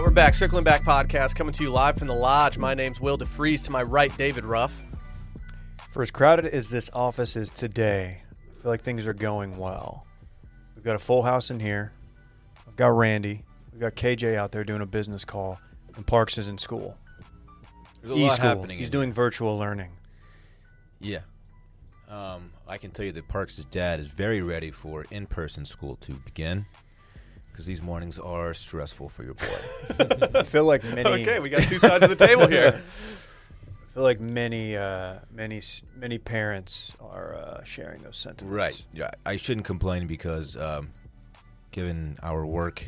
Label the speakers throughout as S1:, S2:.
S1: We're back, Circling Back Podcast, coming to you live from the lodge. My name's Will DeFries. To my right, David Ruff.
S2: For as crowded as this office is today, I feel like things are going well. We've got a full house in here. I've got Randy. We've got KJ out there doing a business call, and Parks is in school.
S3: There's a lot
S2: E-school.
S3: happening.
S2: He's
S3: in-
S2: doing virtual learning.
S3: Yeah. Um, I can tell you that Parks' dad is very ready for in-person school to begin, because these mornings are stressful for your boy.
S2: I feel like many.
S1: Okay, we got two sides of the table here.
S2: I feel like many, uh, many, s- many parents are uh, sharing those sentiments.
S3: right. Yeah. I shouldn't complain because, um, given our work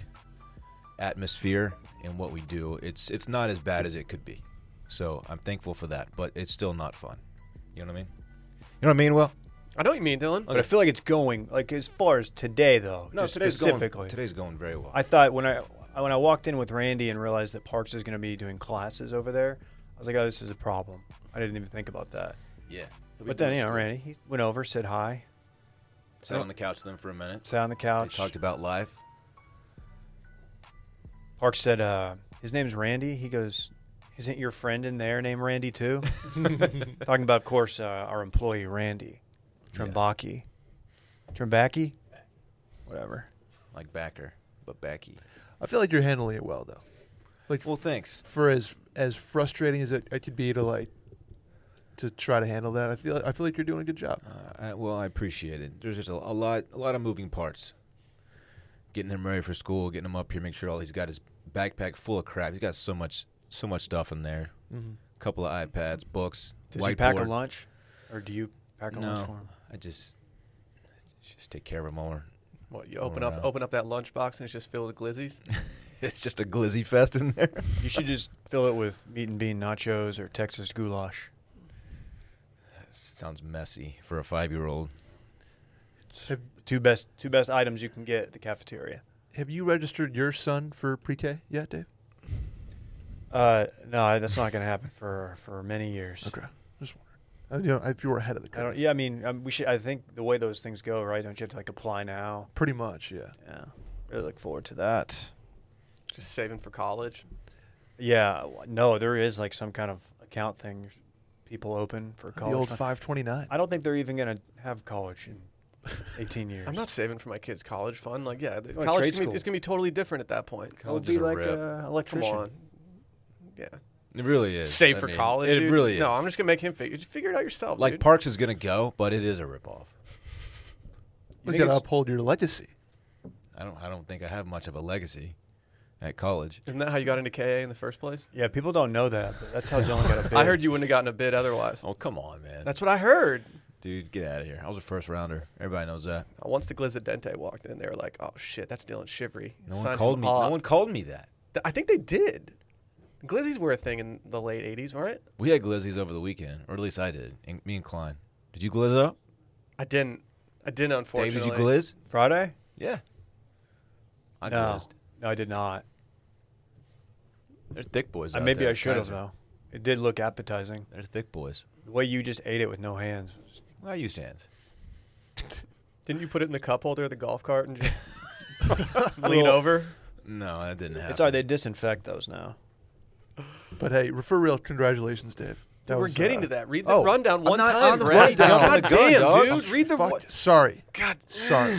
S3: atmosphere and what we do, it's it's not as bad as it could be. So I'm thankful for that, but it's still not fun. You know what I mean? You know what I mean? Well,
S1: I know what you mean, Dylan.
S2: But I feel like it's going like as far as today though. just specifically.
S3: going. Today's going very well.
S2: I thought when I when I walked in with Randy and realized that Parks is going to be doing classes over there, I was like, "Oh, this is a problem." I didn't even think about that.
S3: yeah. He'll be
S2: But then,
S3: doing
S2: you know,
S3: school.
S2: Randy he went over, said hi,
S3: sat on the couch with him for a minute.
S2: sat on the
S3: They
S2: couch.
S3: talked about life.
S2: Parks said, uh, "His name's Randy." He goes, "Isn't your friend in there named Randy too?" Talking about, of course, uh, our employee Randy Trimbaki, Trimbaki, whatever.
S3: like backer, but backy.
S4: I feel like you're handling it well though. Like
S3: Well, thanks.
S4: for as as frustrating as it, it could be to like to try to handle that, I feel I feel like you're doing a good job.
S3: Uh, I, well, I appreciate it. There's just a, a lot, a lot of moving parts. Getting him ready for school, getting him up here, make sure all he's got his backpack full of crap. He's got so much, so much stuff in there.
S1: Mm-hmm.
S3: A couple of iPads, books,
S2: Does he pack a
S3: whiteboard.
S2: lunch, or do you pack a lunch for
S3: No,
S2: him?
S3: I just, just take care of him more.
S1: What you open
S3: Oh,
S1: up,
S3: no.
S1: open up that lunchbox, and it's just filled with glizzies.
S3: It's just a glizzy fest in there.
S2: You should just fill it with meat and bean nachos or Texas goulash.
S3: Sounds messy for a five-year-old.
S2: Two best two best items you can get at the cafeteria.
S4: Have you registered your son for pre-K yet, Dave?
S2: Uh, no, that's not going to happen for for many years.
S4: Okay, just wondering. I don't know if you were ahead of the
S2: I
S4: curve.
S2: don't. Yeah, I mean, um, we should. I think the way those things go, right? Don't you have to like apply now?
S4: Pretty much, yeah.
S2: Yeah, really look forward to that.
S1: Just saving for college.
S2: Yeah, w- no, there is like some kind of account thing people open for
S4: the
S2: college.
S4: old
S2: fund.
S4: 529.
S2: I don't think they're even going to have college in eighteen years.
S1: I'm not saving for my kids' college fund. Like, yeah, the
S2: Oh,
S1: college is
S2: trade
S1: gonna,
S2: school.
S1: be, it's gonna be totally different at that point.
S2: It would
S3: College
S2: be
S3: is a
S2: like
S3: rip.
S2: a
S1: Come
S2: electrician.
S1: on, yeah,
S3: It really is.
S1: save
S3: I
S1: for
S3: mean,
S1: college.
S3: It
S1: dude.
S3: really is.
S1: No, I'm just gonna make him figure. Figure it out yourself.
S3: like
S1: dude.
S3: Parks is gonna go, but it is a ripoff.
S2: think
S4: You got to
S2: it's-
S4: uphold your legacy.
S3: I don't. I don't think I have much of a legacy at college.
S1: Isn't that how you got into KA in the first place?
S2: Yeah, people don't know that. But that's how Dylan got a bid.
S1: I heard you wouldn't have gotten a bid otherwise.
S3: Oh come on, man.
S1: That's what I heard.
S3: dude. Get out of here. I was a first rounder. Everybody knows that.
S1: Uh, Once the Glizadente walked in, they were like, "Oh shit, that's Dylan Shivery."
S3: No
S1: Sign
S3: one
S1: him
S3: called me. No
S1: up.
S3: one called me that.
S1: Th- I think they did. Glizzies were a thing in the late '80s, weren't it?
S3: We had glizzies over the weekend, or at least I did. And me and Klein. Did you glizz up?
S1: I didn't. I didn't.
S3: Dave,
S1: Unfortunately,
S3: did you glizz?
S2: Friday.
S3: Yeah. I
S2: no,
S3: glizzed.
S2: no, I did not.
S3: There's thick boys.
S2: Uh,
S3: out
S2: maybe
S3: there
S2: I
S3: at
S2: should have
S3: Kaiser.
S2: though. It did look appetizing.
S3: There's thick boys.
S2: The way you just ate it with no hands. was-
S3: I used hands.
S1: Didn't you put it in the cup holder of the golf cart and just lean over?
S3: No, that didn't happen.
S2: It's all right. They disinfect those now.
S4: But hey, for real, congratulations, Dave. That
S1: we're
S4: was,
S1: getting
S4: uh,
S1: to that. Read the
S3: oh,
S1: rundown
S3: I'm
S1: one
S3: not
S1: time,
S3: on the
S1: Brad.
S3: rundown.
S1: God
S3: Jumping the gun,
S1: damn,
S3: dog.
S1: dude. Read the.
S4: Fuck,
S1: One.
S4: sorry.
S1: God.
S4: Sorry.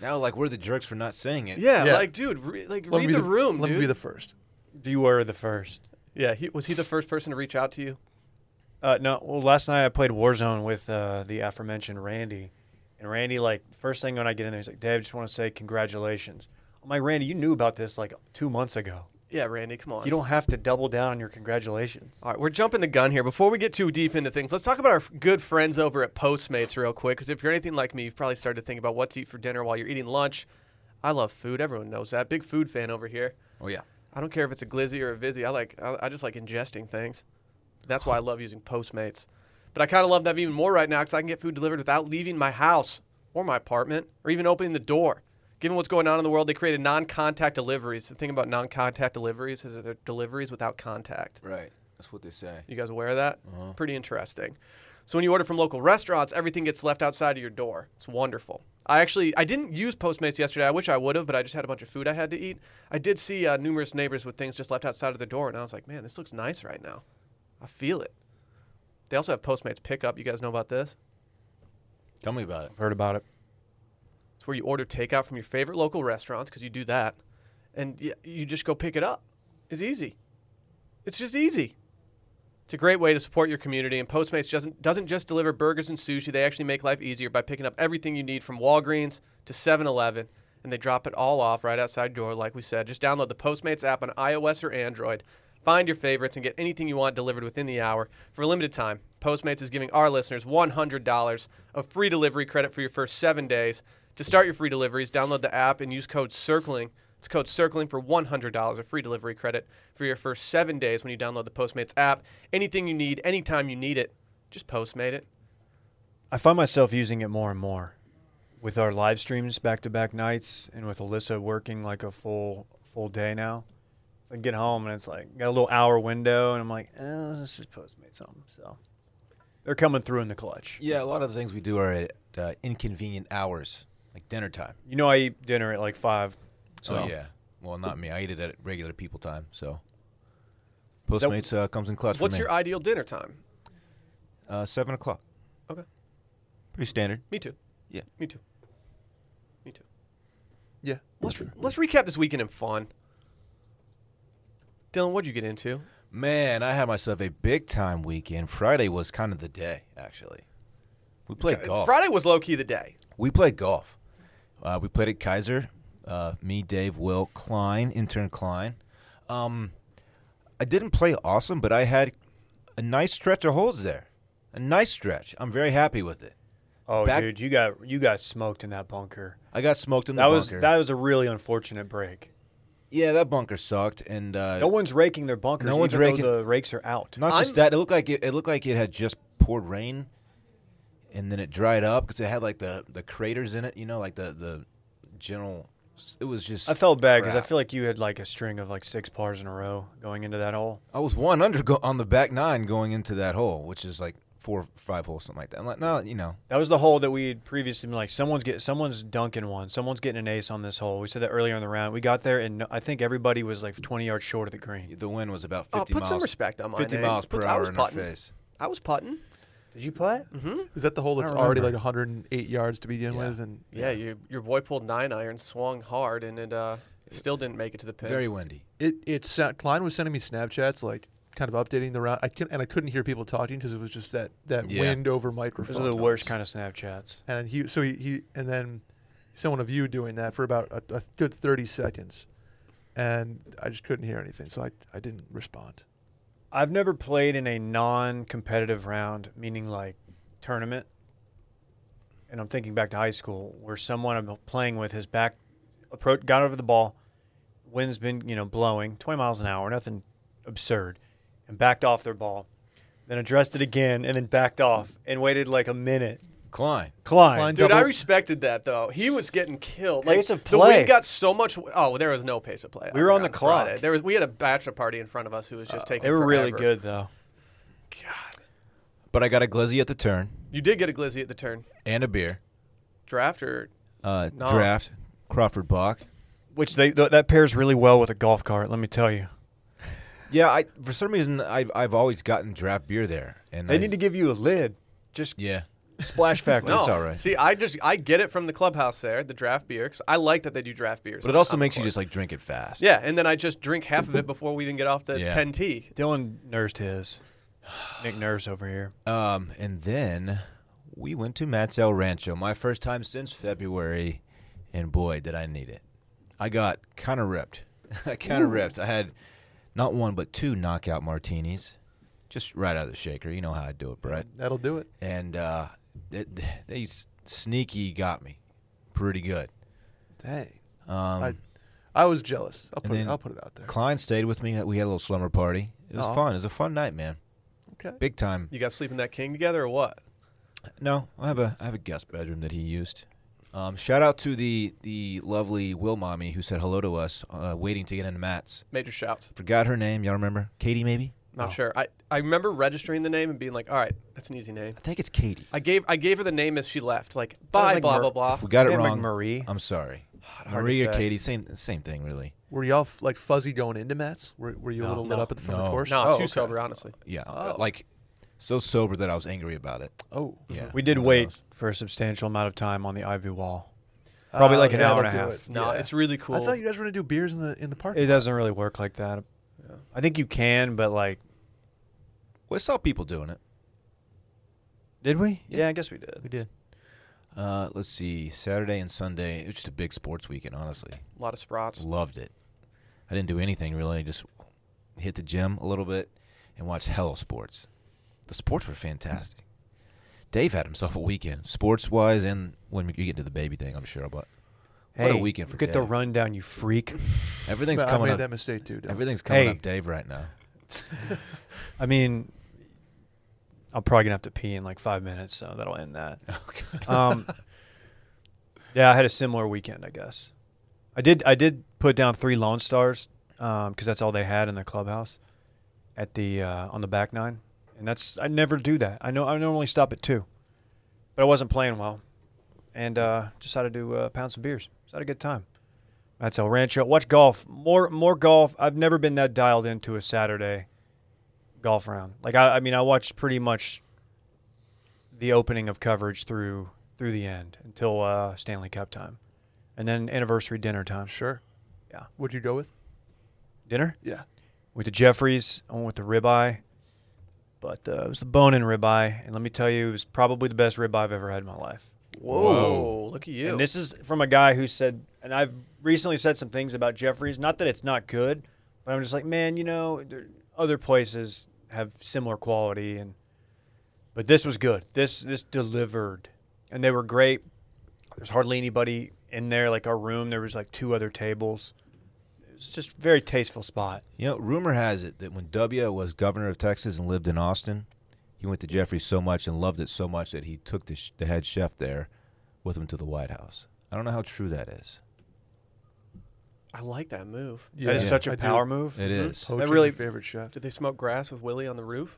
S3: Now, like, we're the jerks for not saying it.
S1: Yeah,
S4: Yeah.
S1: like, dude. Re- like,
S4: Let
S1: read
S4: me be
S1: the, room,
S4: Let
S1: dude.
S4: me be the first.
S2: You were the first.
S1: yeah, he, was he the first person to reach out to you?
S2: Uh, no, well, last night I played Warzone with uh, the aforementioned Randy, and Randy like first thing when I get in there, he's like, "Dave, just want to say congratulations." I'm like, "Randy, you knew about this like two months ago.
S1: Yeah, Randy. Come on.
S2: You don't have to double down on your congratulations."
S1: All right, we're jumping the gun here. Before we get too deep into things, let's talk about our f- good friends over at Postmates real quick. Because if you're anything like me, you've probably started to think about what to eat for dinner while you're eating lunch. I love food. Everyone knows that. Big food fan over here.
S3: Oh, yeah.
S1: I don't care if it's a glizzy or a vizzy. I like. I, I just like ingesting things. That's why I love using Postmates. But I kind of love them even more right now because I can get food delivered without leaving my house or my apartment or even opening the door. Given what's going on in the world, they created non-contact deliveries. The thing about non-contact deliveries is that they're deliveries without contact.
S3: Right. That's what they say.
S1: You guys aware of that? Pretty interesting. So when you order from local restaurants, everything gets left outside of your door. It's wonderful. I actually I didn't use Postmates yesterday. I wish I would have, but I just had a bunch of food I had to eat. I did see uh, numerous neighbors with things just left outside of the door, and I was like, man, this looks nice right now. I feel it. They also have Postmates pickup. You guys know about this?
S3: Tell me about it.
S2: Heard about it.
S1: It's where you order takeout from your favorite local restaurants because you do that, and y- you just go pick it up. It's easy. It's just easy. It's a great way to support your community, and Postmates doesn't doesn't just deliver burgers and sushi. They actually make life easier by picking up everything you need from Walgreens to 7-Eleven, and they drop it all off right outside your door. Like we said, just download the Postmates app on iOS or Android. Find your favorites and get anything you want delivered within the hour for a limited time. Postmates is giving our listeners $100 of free delivery credit for your first seven days. To start your free deliveries, download the app and use code CIRCLING. It's code CIRCLING for $100 of free delivery credit for your first seven days when you download the Postmates app. Anything you need, anytime you need it, just Postmate it.
S2: I find myself using it more and more with our live streams back to back nights and with Alyssa working like a full full day now. So I get home and it's like got a little hour window and I'm like, eh, let's just postmate something. So they're coming through in the clutch.
S3: Yeah, a lot of the things we do are at uh, inconvenient hours, like dinner time.
S2: You know I eat dinner at like five.
S3: So
S2: Oh.
S3: yeah, well, not me. I eat it at regular people time. So Postmates uh, comes in clutch.
S1: What's
S3: for me.
S1: your ideal dinner time?
S3: uh, seven o'clock?
S1: Okay.
S3: Pretty standard.
S1: Me too.
S3: Yeah.
S1: Me too. Me too.
S4: Yeah.
S1: Let's, let's recap this weekend in fun. Dylan, what'd you get into?
S3: Man, I had myself a big time weekend. Friday was kind of the day, actually. We played golf.
S1: Friday was low key the day.
S3: We played golf. Uh, we played at Kaiser. Uh, me, Dave, Will, Klein, intern Klein. Um, I didn't play awesome, but I had a nice stretch of holes there. A nice stretch. I'm very happy with it.
S2: Oh
S3: Back-
S2: dude, you got you got smoked in that bunker.
S3: I got smoked in the
S2: That was
S3: bunker.
S2: that was a really unfortunate break.
S3: yeah, that bunker sucked. And uh,
S2: No one's raking their bunkers.
S3: No one's
S2: even though
S3: raking-
S2: The rakes are out.
S3: Not just
S1: I'm-
S3: that. It looked like it, it looked like it had just poured rain, and then it dried up because it had like the the craters in it. You know, like the the general. It was just.
S2: I felt bad because I
S3: crap.
S2: feel like you had like a string of like six pars in a row going into that hole.
S3: I was one under go- on the back nine going into that hole, which is like four, or five holes, something like that. I'm like, no, you know,
S2: That was the hole that we had previously been like, someone's get someone's dunking one, someone's getting an ace on this hole. We said that earlier in the round. We got there and no- I think everybody was like 20 yards short of the green.
S3: the wind was about
S1: Oh,
S3: fifty
S1: put
S3: miles.
S1: some respect on my
S3: 50
S1: name.
S3: miles per
S1: Put- I
S3: hour
S1: was
S3: in our
S1: putting.
S3: face.
S1: I was putting.
S2: Did you putt?
S4: Is that the hole that's
S2: don't
S4: already like
S2: remember.
S4: 108 yards to begin
S3: Yeah.
S4: with? And
S1: Yeah, your your boy pulled nine iron, swung hard, and it uh, still didn't make it to the pin.
S3: Very windy.
S4: it it sound, Klein was sending me Snapchats like kind of updating the round. I could and I couldn't hear people talking because it was just that that
S3: Yeah.
S4: wind over
S2: Those
S4: microphone.
S2: are the worst kind of Snapchats.
S4: And he so he, he and then someone of you doing that for about a, a good 30 seconds, and I just couldn't hear anything, so I I didn't respond.
S2: I've never played in a non-competitive round, meaning like tournament. And I'm thinking back to high school where someone I'm playing with his back approach got over the ball, wind's been you know blowing 20 miles an hour, nothing absurd, and backed off their ball, then addressed it again and then backed off and waited like a minute.
S3: Klein.
S2: Klein,
S4: Klein
S1: Dude, I
S4: Double-
S1: respected that though. He was getting killed.
S2: Pace
S1: like
S2: of
S1: the
S2: play.
S1: wind got so much. Oh, there was no pace of play.
S2: We were on
S1: forgot
S2: the clock.
S1: Friday. There was. We had a bachelor party in front of us who was just taking.
S2: they were really
S1: forever.
S2: good though.
S1: God,
S3: But I got a glizzy at the turn
S1: you did get a glizzy at the turn
S3: and a beer.
S1: draft, or
S3: Uh,
S1: No.
S3: Draft Crawford Bach.
S2: Which they th- that pairs really well with a golf cart. Let me tell you,
S3: Yeah, I for some reason I've I've always gotten draft beer there, and
S2: they
S3: I-
S2: need to give you a lid. Just
S3: Yeah,
S2: splash factor.
S1: no?
S3: It's all right.
S1: See, I just I get it from the clubhouse there, the draft beer, because I like that they do draft beers.
S3: but it
S1: on-
S3: also
S1: on the
S3: makes you
S1: course.
S3: just like drink it fast.
S1: Yeah, and then I just drink half of it before we even get off the
S3: Yeah.
S1: 10T.
S2: Dylan nursed his. Nick nursed over here.
S3: Um, and then we went to Matt's El Rancho, my first time since February, and boy, did I need it. I got kind of ripped. I kind of ripped. I had not one but two knockout martinis, just right out of the shaker. You know how I do it, Brett.
S4: That'll do it.
S3: And uh, it, they s- sneaky got me pretty good.
S4: Dang,
S3: Um,
S4: I I was jealous. I'll put
S3: then-
S4: it, I'll put it out there.
S3: Klein stayed with me. We had a little slumber party. It was
S4: Aw.
S3: fun. It was a fun night, man.
S4: Okay.
S3: Big time.
S1: You guys sleeping that king together or what?
S3: No, I have a I have a guest bedroom that he used. Um, shout out to the the lovely Will mommy who said hello to us, uh, waiting to get into Matt's.
S1: Major shouts.
S3: Forgot her name. Y'all remember? Katie, maybe.
S1: Not sure. I, I remember registering the name and being like, all right, that's an easy name.
S3: I think it's Katie.
S1: I gave I gave her the name as she left. Like,
S2: was
S1: bye,
S2: like
S1: blah,
S2: Mer-
S1: blah, blah.
S3: If we got it
S2: Yeah,
S3: wrong,
S2: McMurray.
S3: I'm sorry.
S1: to
S3: Marie or
S1: say.
S3: Katie, same same thing, really.
S4: Were y'all f- like fuzzy going into Matt's? Were, were you a
S1: No.
S4: little lit up at the front of
S3: No.
S4: the course?
S1: No,
S4: oh,
S1: too
S4: okay.
S1: sober, honestly.
S3: Yeah, uh,
S4: Oh.
S3: like so sober that I was angry about it.
S4: Oh,
S3: Yeah,
S2: Mm-hmm. We did
S3: one of
S2: wait
S3: those.
S2: for a substantial amount of time on the Ivy Wall. Uh, Probably
S4: Oh,
S2: like an
S4: yeah,
S2: hour
S4: don't
S2: and a
S4: do
S2: half.
S4: it.
S1: No,
S4: Yeah.
S1: it's really cool.
S4: I thought you guys were gonna do beers in the in the park.
S2: It doesn't really work like that. I think you can, but like,
S3: We saw people doing it.
S2: did we?
S3: Yeah.
S2: Yeah, I guess we
S5: We
S2: did.
S5: did.
S3: Uh, let's see, Saturday and Sunday. It was just a big sports weekend, honestly.
S1: a lot of Sprots.
S3: Loved it. I didn't do anything really. Just hit the gym a little bit and watch hell of sports. The sports were fantastic. Dave had himself a weekend, sports wise, and when you get into the baby thing, I'm sure. But
S2: Hey,
S3: what a weekend for
S2: look at the
S3: Dave.
S2: rundown, you freak.
S3: Everything's
S4: But I
S3: coming
S4: made
S3: up.
S4: that mistake too. Dylan.
S3: Everything's coming
S2: Hey.
S3: up, Dave, right now.
S2: I mean, I'm probably gonna have to pee in like five minutes, so that'll end that. Um, yeah, I had a similar weekend, I guess. I did. I did put down three Lone Stars because that's all they had in the clubhouse at the uh, on the back nine, and that's I never do that. I know I normally stop at two, but I wasn't playing well, and uh, decided to uh, pound some beers. So I had a good time. That's El Rancho. Watch golf. More more golf. I've never been that dialed into a Saturday golf round. Like I, I mean, I watched pretty much the opening of coverage through through the end until uh, Stanley Cup time, and then anniversary dinner time.
S4: Sure.
S2: Yeah.
S4: Would you go with?
S2: Dinner
S4: Yeah.
S2: with the Jeffries. I went with the ribeye, but uh, it was the bone in ribeye, and let me tell you, it was probably the best ribeye I've ever had in my life.
S1: Whoa,
S3: Whoa.
S1: look at you.
S2: And this is from a guy who said, and I've recently said some things about Jeffries. Not that it's not good, but I'm just like, man, you know, there, other places have similar quality, and but this was good. This this delivered, and they were great. There's hardly anybody in there. Like our room, there was like two other tables. It was just a very tasteful spot.
S3: You know, rumor has it that when W was governor of Texas and lived in Austin, he went to Jeffries so much and loved it so much that he took the, sh- the head chef there with him to the White House. I don't know how true that is.
S1: I like that move.
S4: Yeah.
S2: that is such a
S4: I do.
S2: power move.
S3: It is.
S4: Poacher's
S2: really-
S4: your favorite chef.
S1: Did they smoke grass with Willie on the roof?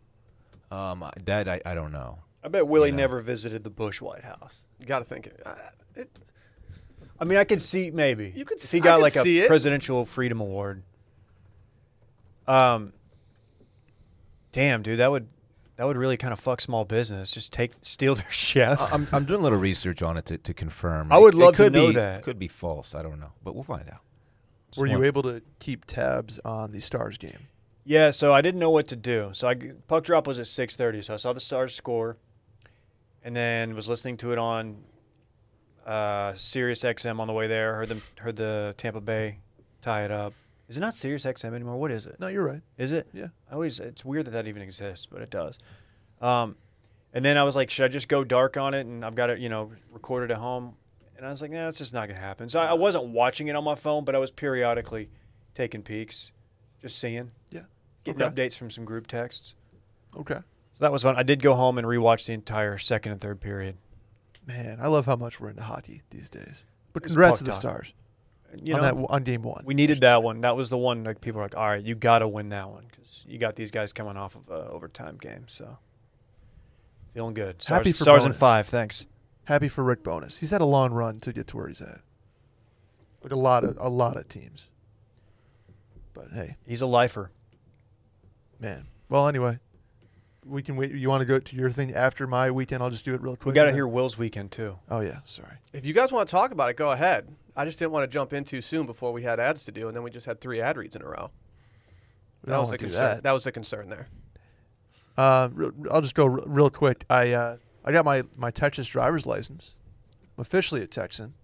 S3: Um, I- that I, I don't know.
S2: I bet Willie
S3: Yeah.
S2: never visited the Bush White House.
S1: Got to think. Uh, it,
S2: I mean, I could see maybe
S1: You could
S2: if
S1: see-
S2: he
S1: I
S2: got
S1: could
S2: like
S1: see
S2: a
S1: it.
S2: presidential freedom award. Um, damn, dude, that would that would really kind of fuck small business. Just take steal their chef.
S1: Uh, um,
S3: I- I'm, I'm doing a little research on it to, to confirm.
S2: I would
S3: It- it
S2: love to
S3: could
S2: know
S3: be-
S2: that.
S3: Could be false. I don't know, but we'll find out.
S4: Were you
S3: one-
S4: able to keep tabs on the Stars game?
S2: yeah, so I didn't know what to do. So I puck drop was at six thirty. So I saw the Stars score, and then was listening to it on uh, Sirius XM on the way there. Heard them heard the Tampa Bay tie it up. Is it not Sirius XM anymore? What is it?
S4: No, you're right.
S2: Is it?
S4: Yeah.
S2: I always. It's weird that that even exists, but it does. Um, and then I was like, should I just go dark on it? And I've got it, you know, recorded at home. And I was like, nah, that's just not gonna happen. So I, I wasn't watching it on my phone, but I was periodically taking peeks, just seeing,
S4: Yeah.
S2: getting
S4: Okay.
S2: updates from some group texts.
S4: Okay.
S2: So that was fun. I did go home and rewatch the entire second and third period.
S4: Man, I love how much we're into hockey these days. But
S2: It's
S4: congrats
S2: puck
S4: to the
S2: talk.
S4: Stars
S2: And, you
S4: on
S2: know,
S4: that w- on game one.
S2: we needed that one. That was the one. Like people were like, all right, you got to win that one because you got these guys coming off of a overtime game. So feeling good. Stars,
S4: Happy for
S2: stars and
S4: Bonus.
S2: five. Thanks.
S4: Happy for Rick Bonus. He's had a long run to get to where he's at. Like a lot of a lot of teams. But hey,
S2: He's a lifer.
S4: man. Well, anyway, we can wait. You want to go to your thing after my weekend? I'll just do it real quick.
S2: We got to
S4: then.
S2: hear Will's weekend too.
S4: Oh yeah, sorry.
S1: if you guys want to talk about it, go ahead. I just didn't want to jump in too soon before we had ads to do, and then we just had three ad reads in a row.
S4: We don't
S1: was the
S4: wanna do
S1: concern.
S4: that.
S1: was the concern there.
S4: Uh, re- I'll just go re- real quick. I uh, I got my my Texas driver's license. I'm officially a Texan.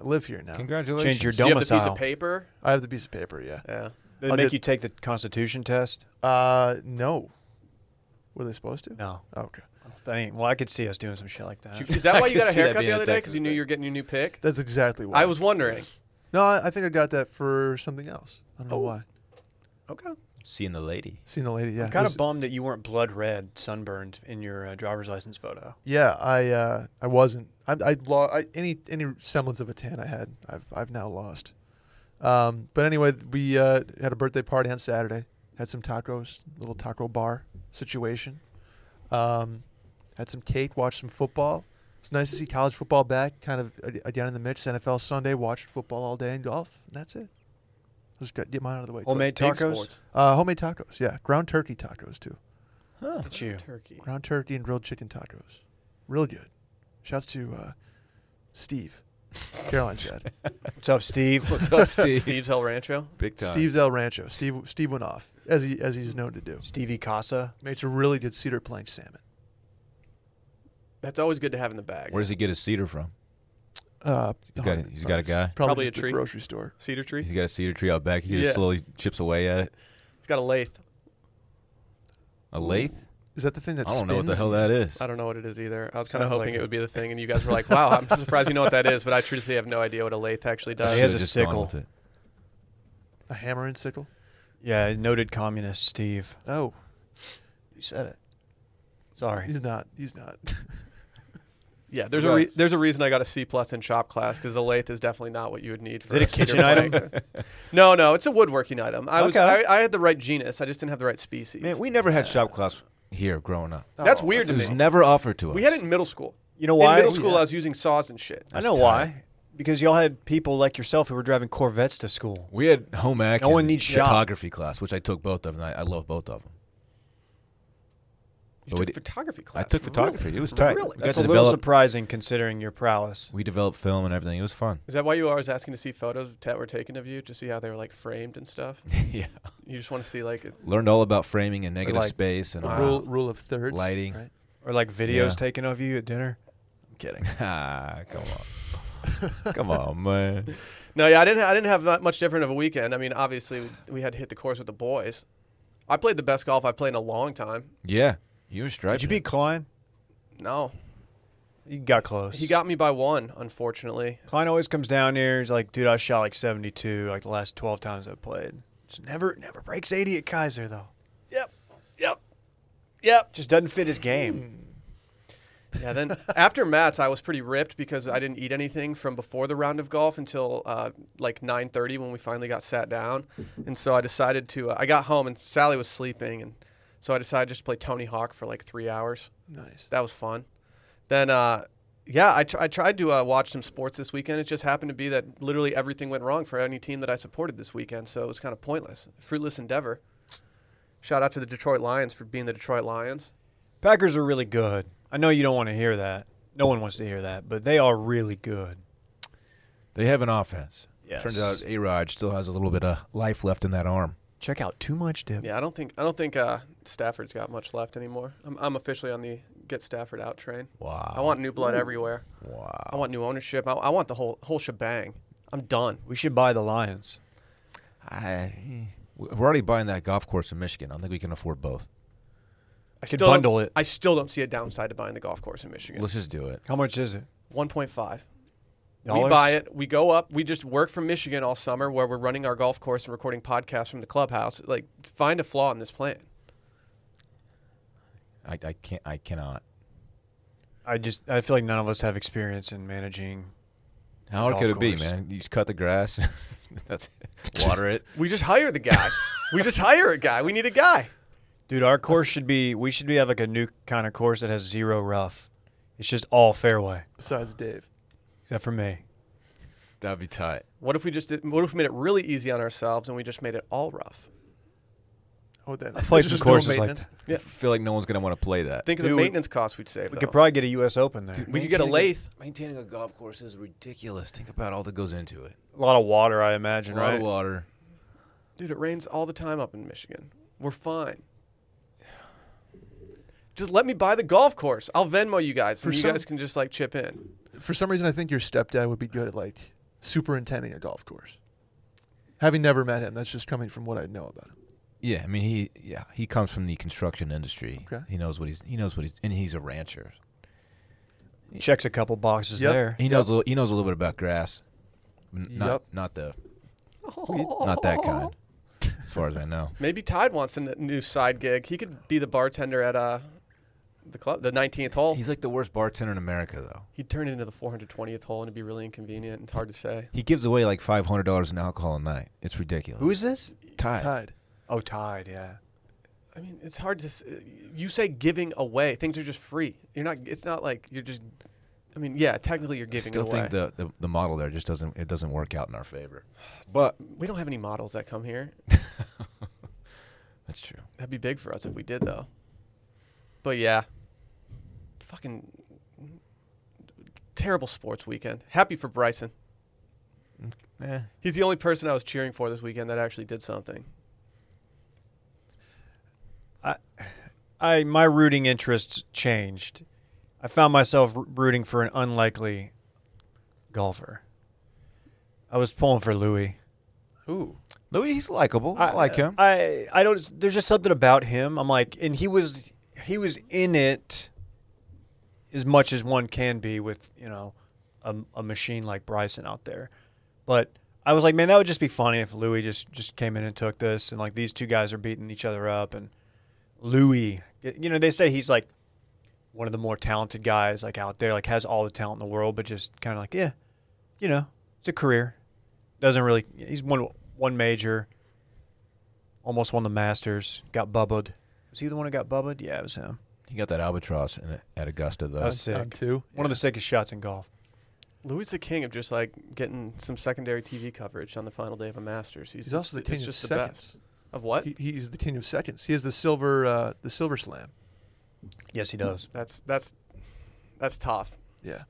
S4: I live here now.
S3: Congratulations.
S2: Change your
S1: Do you have the piece
S2: domicile.
S1: of paper?
S4: I have the piece of paper. Yeah.
S1: Yeah.
S2: They
S4: I'll
S2: make
S4: get-
S2: you take the Constitution test.
S4: Uh, no. Were they supposed to?
S2: No,
S4: Oh, okay.
S2: I mean, well, I could see us doing some shit like that.
S1: Is that why
S3: I
S1: you
S3: can
S1: got a
S3: see that
S1: haircut the
S3: being a
S1: other day? Because
S3: Texas
S1: you knew
S3: thing.
S1: you were getting your new pick?
S4: That's exactly why.
S1: I was wondering.
S4: No, I, I think I got that for something else. I don't know why.
S1: Okay.
S3: Seeing the lady.
S4: Seen the lady. Yeah.
S2: I'm kind
S4: It
S2: of
S4: was-
S2: bummed that you weren't blood red, sunburned in your uh, driver's license photo.
S4: yeah. I uh, I wasn't. I I, lo- I any any semblance of a tan I had, I've I've now lost. Um, but anyway, we uh, had a birthday party on Saturday. Had some tacos, little taco bar situation. Um, had some cake, watched some football. It's nice to see college football back, kind of uh, uh, down in the mix. NFL Sunday, watched football all day and golf. And that's it. Just got, get mine out of the way. quick.
S2: Homemade
S1: Big
S2: tacos.
S1: sports.
S4: Uh, homemade tacos, yeah. Ground turkey tacos, too.
S2: Huh. It's you.
S1: Turkey.
S4: Ground turkey and grilled chicken tacos. Real good. Shouts to uh, Steve, Caroline's dad.
S2: What's up, Steve?
S3: What's up, Steve?
S1: Steve's El Rancho.
S3: Big time.
S4: Steve's El Rancho. Steve Steve went off, as he as he's known to do.
S2: Stevie Casa.
S4: Made some really good cedar plank salmon.
S1: That's always good to have in the bag.
S3: Where does he get his cedar from?
S4: Uh,
S3: He's got, a- he's got a guy.
S1: Probably a
S4: Probably, just the
S1: tree.
S4: grocery store.
S1: Cedar tree.
S3: He's got a cedar tree out back. He just
S1: Yeah.
S3: slowly chips away at it.
S1: He's got a lathe.
S3: A lathe?
S4: Is that the thing that
S3: I don't know what the
S4: spins?
S3: hell that is.
S1: I don't know what it is either. I was kind of
S2: Sounds
S1: hoping
S2: like
S1: it
S2: it.
S1: would be the thing, and you guys were like, "Wow, I'm surprised you know what that is," but I truthfully have no idea what a lathe actually
S3: I
S1: does.
S2: He has
S3: should've
S2: a
S3: just gone
S2: sickle.
S3: with it.
S4: A hammer and sickle.
S2: Yeah, noted communist Steve.
S4: Oh,
S2: You said it. Sorry.
S4: he's not. He's not.
S1: Yeah, there's a
S2: Right.
S1: re- there's a reason I got a C plus in shop class because the lathe is definitely not what you would need. For
S2: it a
S1: cedar
S2: kitchen item?
S1: plank. no, no, it's a woodworking item. I was
S2: Okay.
S1: I, I had the right genus, I just didn't have the right species.
S3: Man, we never had shop class here growing up.
S1: That's
S2: Oh,
S1: weird
S3: It was
S1: to me.
S3: never offered to us.
S1: we had it in middle school.
S2: You know why?
S1: In middle school,
S2: Yeah.
S1: I was using saws and shit.
S2: I
S3: That's
S2: know
S3: tight.
S2: why. Because y'all had people like yourself who were driving Corvettes to school.
S3: We had home ec.
S2: No one
S3: and
S2: needs shop.
S3: photography class, which I took both of, and I, I love both of them.
S1: You
S3: But we
S1: took
S3: did-
S1: photography
S3: I
S1: class.
S3: took photography. It was tight.
S1: Really?
S3: We got
S2: That's
S3: to
S2: a little
S3: develop.
S2: surprising considering your prowess.
S3: We developed film and everything. It was fun.
S1: Is that why you were always asking to see photos that were taken of you to see how they were like framed and stuff?
S3: yeah.
S1: You just want to see like
S3: Learned all about framing and negative
S2: like,
S3: space and
S4: The
S3: all
S4: rule rule of thirds.
S3: lighting.
S4: Right?
S2: Or like videos
S3: Yeah.
S2: taken of you at dinner. I'm kidding.
S3: ah, come on, come on, man.
S1: No, yeah, I didn't. I didn't have that much different of a weekend. I mean, obviously, we had to hit the course with the boys. I played the best golf I've played in a long time.
S3: Yeah, you were striping.
S2: Did you beat Klein?
S1: No,
S2: You got close.
S1: he got me by one, unfortunately.
S2: Klein always comes down here. He's like, dude, I shot like 72 like the last 12 times I played. Just never, never breaks 80 at Kaiser though.
S1: Yep, yep, yep.
S2: Just doesn't fit his game.
S1: Yeah. Then after Matt's, I was pretty ripped because I didn't eat anything from before the round of golf until uh, like 9:30 when we finally got sat down, and so I decided to. Uh, I got home and Sally was sleeping, and so I decided just to play Tony Hawk for like three hours.
S4: Nice.
S1: that was fun. Then, uh, yeah, I, tr- I tried to uh, watch some sports this weekend. It just happened to be that literally everything went wrong for any team that I supported this weekend, so it was kind of pointless, fruitless endeavor. Shout out to the Detroit Lions for being the Detroit Lions.
S2: Packers are really good. I know you don't want to hear that. No one wants to hear that, but they are really good.
S3: They have an offense.
S2: Yes.
S3: Turns out A Rod still has a little bit of life left in that arm.
S2: Check out too much dip.
S1: Yeah, I don't think I don't think uh, Stafford's got much left anymore. I'm, I'm officially on the get Stafford out train.
S3: Wow.
S1: I want new blood everywhere. I
S3: Wow.
S1: want new ownership. I, I want the whole whole shebang. I'm done.
S2: We should buy the Lions.
S3: I, we're already buying that golf course in Michigan. I don't think we can afford both.
S1: I
S2: Could
S1: still don't-
S2: bundle it.
S1: I still don't see a downside to buying the golf course in Michigan.
S3: Let's just do it.
S2: How much is it?
S1: 1.5.
S2: Dollars?
S1: We buy it. We go up. We just work from Michigan all summer, where we're running our golf course and recording podcasts from the clubhouse. Like, find a flaw in this plan.
S3: I, I can't. I cannot.
S2: I just I feel like none of us have experience in managing.
S3: How hard
S2: golf
S3: could it be,
S2: course.
S3: man? You just cut the grass. That's it. water it.
S1: We just hire the guy. we just hire a guy. We need a guy.
S2: Dude, our course should be we should be have like a new kind of course that has zero rough. It's just all fairway
S4: Besides Dave.
S2: except for me.
S3: That'd be tight.
S1: What if we just did? What if we made it really easy on ourselves and we just made it all rough?
S4: Oh, then.
S2: I played some
S4: There's just no
S2: courses like
S4: maintenance.
S2: that.
S1: Yeah.
S3: I feel like no one's gonna want to play that.
S1: Think of
S2: Dude,
S1: the
S2: we-
S1: maintenance costs we'd save.
S2: We
S1: though.
S2: could probably get a U.S. Open there.
S1: Uh, we could get a
S3: Maintaining
S1: lathe.
S3: maintaining a golf course is ridiculous. Think about all that goes into it.
S2: A lot of water, I
S3: A
S2: imagine,
S3: lot
S2: right?
S3: of water.
S1: Dude, it rains all the time up in Michigan. We're fine. Just let me buy the golf course. I'll Venmo you guys, and
S4: For
S1: you
S4: some-
S1: guys can just like chip in.
S4: For some reason, I think your stepdad would be good at like superintending a golf course. Having never met him, that's just coming from what I know about him.
S3: Yeah, I mean he yeah he comes from the construction industry.
S4: Okay.
S3: He knows what he's he knows what he's and he's a rancher.
S2: Checks a couple boxes
S4: Yep.
S2: there.
S3: He knows a little, he knows a little bit about grass. N- Not
S4: Yep.
S3: not the not that kind. As far as I know.
S1: Maybe Tide wants a n- new side gig. He could be the bartender at uh, the club, the 19th hole.
S3: He's like the worst bartender in America though.
S1: He'd turn it into the 420th hole, and it'd be really inconvenient and it's hard to say.
S3: He gives away like five hundred dollars in alcohol a night. It's ridiculous.
S2: Who is this?
S3: Ty?
S4: Tied.
S2: Oh, Tide, yeah.
S1: I mean, it's hard to. s- uh, You say giving away. Things are just free. You're not. It's not like you're just. I mean, yeah. Technically, you're giving
S3: Still
S1: it away.
S3: think the, the the model there just doesn't it doesn't work out in our favor. But
S1: we don't have any models that come here.
S3: that's true.
S1: That'd be big for us if we did, though. But yeah, fucking terrible sports weekend. Happy for Bryson.
S3: Eh.
S1: He's the only person I was cheering for this weekend that actually did something.
S2: I my rooting interests changed. I found myself r- rooting for an unlikely golfer. I was pulling for Louis.
S1: Ooh,
S3: Louis, he's likable. I, like him.
S2: I I don't. There's just something about him. I'm like, and he was he was in it as much as one can be with you know a, a machine like Bryson out there. But I was like, man, that would just be funny if Louis just just came in and took this, and like these two guys are beating each other up, and Louis, you know, they say he's like one of the more talented guys like out there, like has all the talent in the world, but just kind of like, yeah, you know, it's a career. Doesn't really. He's won one major. Almost won the Masters. Got bubbled. Was he the one who got bubbled? Yeah, it was him.
S3: he got that albatross in, at Augusta though.
S2: That was sick.
S4: Done too.
S2: One of the sickest shots in golf.
S1: Louis the king of just like getting some secondary TV coverage on the final day of a Masters. He's,
S4: He's also the
S1: just-
S4: king
S1: it's
S4: of
S1: just the
S4: seconds.
S1: best. Of what?
S4: He, he's the king of seconds. He has the silver, uh, the silver slam.
S2: Yes, he does.
S1: That's that's that's tough.
S4: Yeah,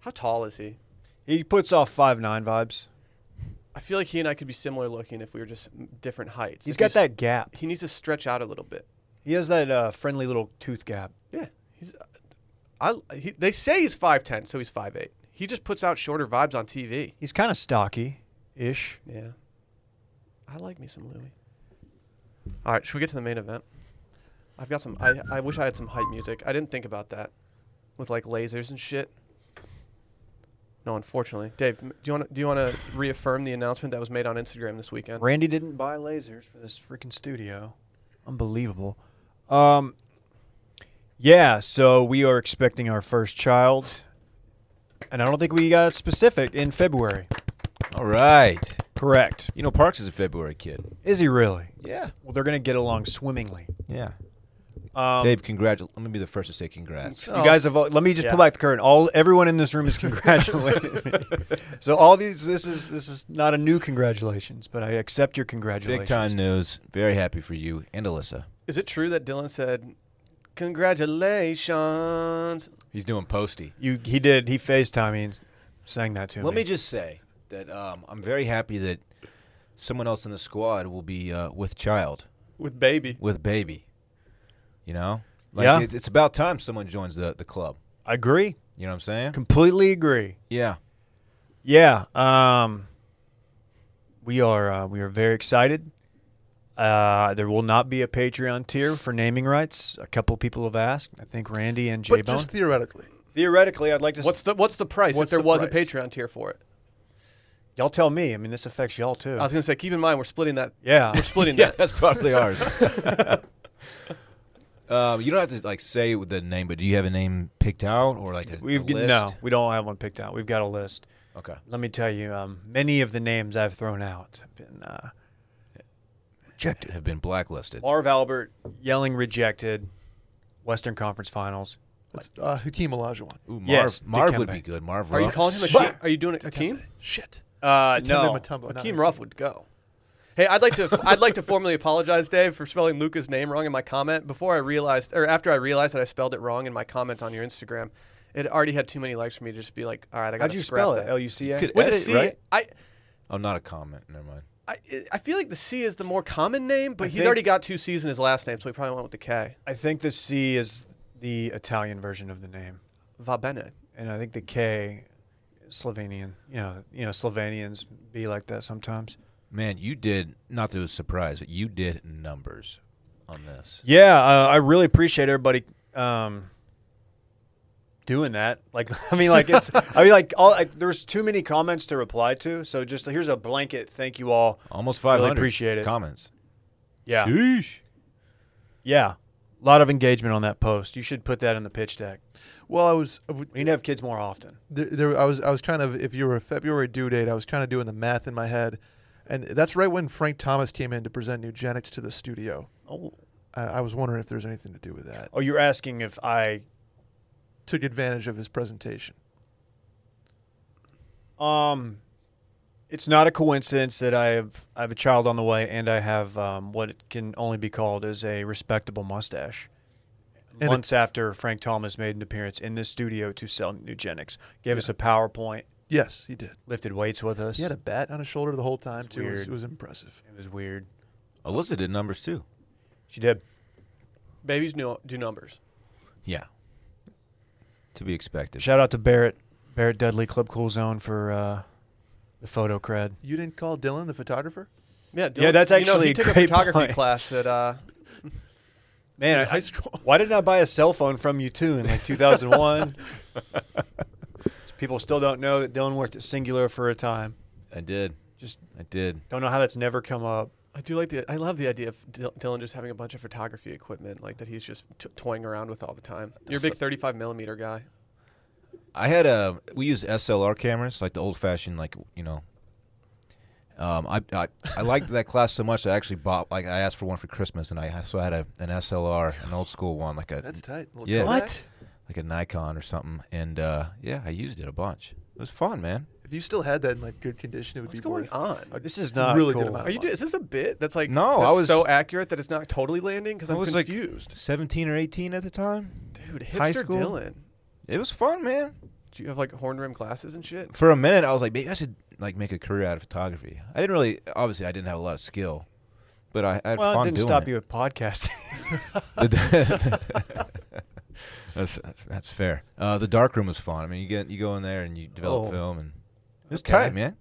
S1: How tall is he?
S2: He puts off five nine vibes.
S1: I feel like he and I could be similar looking if we were just m- different heights.
S2: He's
S1: If
S2: got that gap.
S1: He needs to stretch out a little bit.
S2: He has that uh, friendly little tooth gap.
S1: Yeah, he's. uh, I he, they say he's five ten, so he's five eight. He just puts out shorter vibes on TV.
S2: He's kind of stocky, ish.
S1: Yeah, I like me some Louis. All right, should we get to the main event? I've got some. I I wish I had some hype music. I didn't think about that, with like lasers and shit. No, unfortunately, Dave. m- Do you want to do you want to reaffirm the announcement that was made on Instagram this weekend?
S2: Randy didn't buy lasers for this freaking studio. Unbelievable. Um, yeah, so we are expecting our first child, and I don't think we got specific in February.
S3: All right.
S2: Correct.
S3: You know, Parks is a February kid.
S2: Is he really?
S3: Yeah.
S2: Well, they're going to get along swimmingly.
S3: Yeah.
S2: Um,
S3: Dave, congrats. Let me be the first to say congrats.
S4: oh.
S2: You guys have. all- Let me just pull
S1: Oh. Yeah.
S2: back the curtain. All everyone in this room is congratulating me. So all these. This is this is not a new congratulations, but I accept your
S3: Big
S2: congratulations.
S3: time news. Very happy for you and Alyssa.
S1: Is it true that Dylan said, "Congratulations"?
S3: He's doing posty.
S2: You. He did. He FaceTime me and sang that to
S3: Let
S2: me.
S3: me just say that um, I'm very happy that someone else in the squad will be uh, with child,
S1: with baby.
S3: with baby. You know? Like,
S2: Yeah.
S3: It's, it's about time someone joins the, the club.
S2: I agree.
S3: You know what I'm saying?
S2: Completely agree.
S3: Yeah.
S2: Yeah. Um. We are. Uh, we are very excited. Uh, there will not be a Patreon tier for naming rights. A couple people have asked. I think Randy and J
S4: but
S2: Bone.
S4: just theoretically,
S2: Theoretically, I'd like to.
S1: What's the what's the price
S4: What's
S1: if there
S4: the
S1: was a
S4: price?
S1: Patreon tier for it?
S2: y'all tell me. I mean, this affects y'all too.
S1: I was gonna say, keep in mind we're splitting that.
S2: yeah.
S1: We're splitting
S3: Yeah,
S1: that.
S3: that's probably ours. um, you don't have to like say the name, but do you have a name picked out or like a,
S2: We've
S3: a
S2: g-
S3: list?
S2: no, we don't have one picked out. We've got a list.
S3: Okay.
S2: Let me tell you, um, many of the names I've thrown out have been uh,
S3: Rejected. Have been blacklisted.
S2: Marv Albert yelling rejected, Western Conference Finals.
S4: it's uh, Hakeem Olajuwon.
S3: Ooh, Marv,
S2: Yes, big
S3: Marv would be
S2: comeback.
S3: good. Marv.
S1: Are you
S3: Ruff.
S1: calling him Akeem? Are you doing it, Akeem?
S4: Shit.
S2: Uh,
S4: Dikembe
S2: no,
S4: Mutombo, not
S1: Akeem Ruff would go. Hey, I'd like to I'd like to formally apologize, Dave, for spelling Luca's name wrong in my comment. Before I realized, or after I realized that I spelled it wrong in my comment on your Instagram, it already had too many likes for me to just be like, all right, I got
S2: how'd
S1: to
S2: you
S1: scrap
S2: spell it? Oh,
S1: that.
S2: L U C A.
S3: You could
S1: With a
S3: edit,
S1: C,
S3: right?
S1: I-
S3: I'm Oh, not a comment. Never mind.
S1: I I feel like the C is the more common name, but
S2: I
S1: he's
S2: think-
S1: already got two C's in his last name, so he probably went with the K.
S2: I think the C is the Italian version of the name,
S1: Va bene.
S2: and I think the K, is Slovenian. You know, you know, Slovenians be like that sometimes.
S3: Man, you did not to surprise, but you did numbers on this.
S2: Yeah, uh, I really appreciate everybody um, doing that. Like, I mean, like it's, I mean, like all like, there's too many comments to reply to. So just here's a blanket. Thank you all.
S3: Almost 500
S2: appreciate it.
S3: comments.
S2: Yeah,
S3: Sheesh.
S2: yeah, a lot of engagement on that post. You should put that in the pitch deck.
S4: Well, I was I would-
S2: We need to have kids more often.
S4: there, there. I was. I was kind of. If you were a February due date, I was kind of doing the math in my head, And that's right when Frank Thomas came in to present Nugenics to the studio.
S2: Oh,
S4: I, I was wondering if there's anything to do with that.
S2: oh, you're asking if I.
S4: Took advantage of his presentation.
S2: Um, it's not a coincidence that I have I have a child on the way, and I have um, what can only be called as a respectable mustache.
S4: And
S2: Months after Frank Thomas made an appearance in this studio to sell Nugenics, gave us a PowerPoint,
S4: Yes, he did.
S2: lifted weights with us.
S4: He had a bat on his shoulder the whole time,
S2: It's
S4: too. It was,
S2: weird.
S4: it was impressive.
S2: it was weird.
S3: Alyssa did numbers too.
S2: She did.
S1: Babies do, do numbers.
S3: Yeah. To be expected.
S2: Shout out to Barrett, Barrett Dudley, Club Cool Zone for uh, the photo cred.
S4: You didn't call Dylan the photographer?
S1: Yeah, Dylan,
S2: Yeah, that's
S1: you know,
S2: actually
S1: he
S2: a
S1: took
S2: great
S1: a photography
S2: point.
S1: class at uh,
S2: Man, I,
S4: high school.
S2: Why didn't I buy a cell phone from you too in like 2001? People still don't know that Dylan worked at Singular for a time.
S3: I did.
S2: Just
S3: I did.
S2: don't know how that's never come up.
S1: I do like the. I love the idea of Dil- Dylan just having a bunch of photography equipment like that he's just t- toying around with all the time. You're a big 35 millimeter guy.
S3: I had a. We used SLR cameras, like the old fashioned, like you know. Um, I, I I liked that class so much. I actually bought like I asked for one for Christmas, and I so I had a, an SLR, an old school one, like a
S4: That's tight. Little
S3: Yeah.
S4: Kodak?
S2: What?
S3: like a Nikon or something. And uh, yeah, I used it a bunch. It was fun, man.
S4: If you still had that in like good condition, it would
S1: What's
S4: be
S1: going
S4: worth
S1: on?
S4: a
S2: This is not
S4: really
S2: cool.
S4: good amount.
S1: Are you? do- Is this a bit that's like
S3: No,
S1: that's
S3: I was-
S1: so accurate that it's not totally landing because
S3: I
S1: I'm
S3: was, like,
S1: confused.
S3: Seventeen or eighteen at the time.
S1: Dude,
S3: high
S1: hipster
S3: school?
S1: Dylan.
S3: It was fun, man.
S1: Do you have like horn rim glasses and shit?
S3: For a minute, I was like, maybe I should like make a career out of photography. I didn't really. Obviously, I didn't have a lot of skill, but I, I had
S2: Well, it
S3: fun
S2: didn't
S3: doing
S2: stop
S3: it.
S2: you at podcasting.
S3: The- that's, that's that's fair. Uh, the dark room was fun. I mean, you get you go in there and you develop
S2: Oh.
S3: film, and it was
S2: Okay.
S3: tight, man.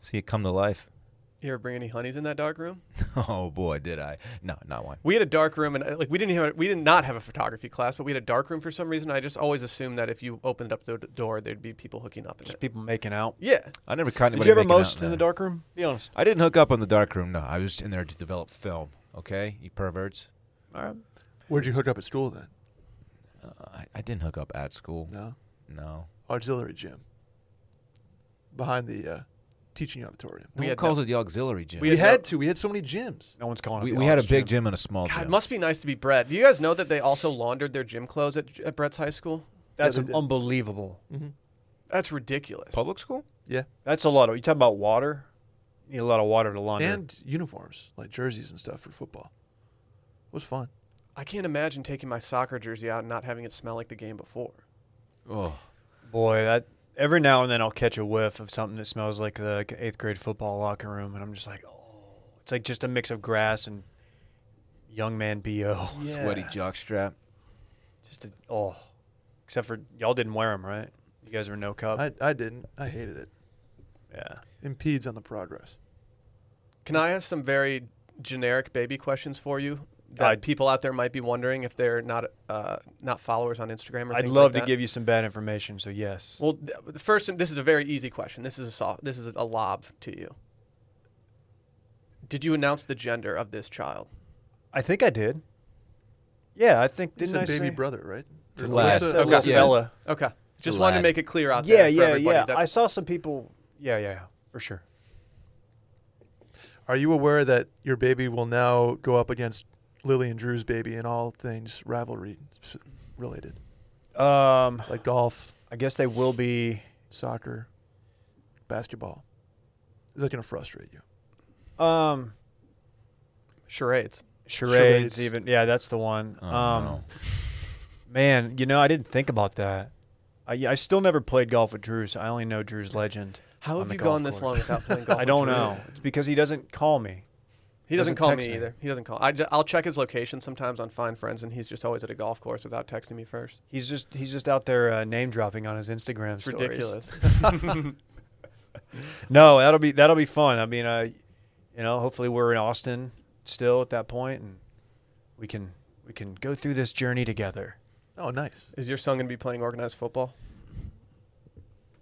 S3: See it come to life.
S1: You ever bring any honeys in that dark room?
S3: Oh boy, did I! No, not one.
S1: We had a dark room, and uh, like we didn't have we did not have a photography class, but we had a dark room for some reason. I just always assumed that if you opened up the d- door, there'd be people hooking up in
S2: Just
S1: it.
S2: people making out.
S1: Yeah,
S3: I never caught
S2: Did
S3: anybody.
S2: you ever
S3: making out
S2: most in the
S3: there.
S2: dark room? Be honest.
S3: I didn't hook up on the dark room. No, I was in there to develop film. Okay, you perverts.
S2: All right.
S4: Where'd you hook up at school then?
S3: Uh, I, I didn't hook up at school.
S4: No.
S3: No.
S4: Auxiliary gym. Behind the uh, teaching auditorium.
S1: We
S3: We no one
S1: had
S3: calls it the auxiliary gym.
S1: We
S4: We,
S1: had
S4: had
S1: no-
S4: to. We had so many gyms.
S2: No one's calling. it
S3: we,
S2: the
S3: we had a
S2: Alex
S3: big gym and a small
S1: God, it
S3: gym.
S1: must be nice to be Brett. Do you guys know that they also laundered their gym clothes at, at Brett's high school?
S2: That's
S4: Yeah, they did.
S2: unbelievable.
S1: That's ridiculous.
S3: Public school?
S4: Yeah.
S2: That's a lot. Of, you talking about water? You need a lot of water to launder.
S4: And uniforms, like jerseys and stuff for football. It was fun.
S1: I can't imagine taking my soccer jersey out and not having it smell like the game before.
S3: Oh,
S2: Boy, that every now and then I'll catch a whiff of something that smells like the eighth grade football locker room, and I'm just like, oh, it's like just a mix of grass and young man bo.
S3: sweaty jockstrap.
S2: Just a, oh, except for y'all didn't wear them, right? You guys were no cup.
S1: Uh,
S4: I, I didn't. I hated it.
S2: yeah.
S4: Impedes on the progress.
S1: Can I ask some very generic baby questions for you that
S2: I'd-
S1: people out there might be wondering if they're not uh, not followers on Instagram? Or
S2: I'd
S1: things
S2: love
S1: like
S2: to
S1: that?
S2: give you some bad information, so yes.
S1: Well, th- the first, this is a very easy question. This is a soft, this is a lob to you. Did you announce the gender of this child?
S2: I think I did. Yeah, I think
S4: You
S2: didn't
S4: said
S2: I
S4: baby
S2: say?
S4: brother, right?
S3: It's a
S4: Or
S3: lad.
S4: Alyssa-
S2: Alyssa,
S1: Okay.
S2: little
S3: Yeah.
S2: fella.
S1: Okay,
S3: It's a
S1: just wanted to
S3: lad.
S1: make it clear out
S2: Yeah,
S1: there. for
S2: yeah,
S1: everybody
S2: yeah.
S1: That,
S2: I saw some people. Yeah, yeah, yeah, for sure.
S4: Are you aware that your baby will now go up against Lily and Drew's baby in all things rivalry s- related,
S2: Um,
S4: like golf,
S2: I guess they will be.
S4: soccer, basketball? Is that going to frustrate you?
S2: Um,
S1: charades.
S2: charades,
S4: Charades.
S2: even yeah that's the one
S3: Oh,
S2: um
S3: no.
S2: man you know i didn't think about that I, yeah, I still never played golf with drew so i only know drew's legend
S1: How
S2: on
S1: have
S2: the
S1: you
S2: golf
S1: gone this
S2: course.
S1: long without playing golf?
S2: i
S1: with
S2: don't
S1: Drew?
S2: know it's because he doesn't call me
S1: He doesn't,
S2: Doesn't
S1: call me
S2: text me.
S1: either. He doesn't call. I, will check his location sometimes on Find Friends, and he's just always at a golf course without texting me first.
S2: he's just he's just out there uh, name dropping on his instagram
S1: It's
S2: stories.
S1: ridiculous.
S2: no that'll be that'll be fun i mean uh you know hopefully we're in austin still at that point and we can we can go through this journey together
S4: Oh, nice.
S1: Is your son going to be playing organized football?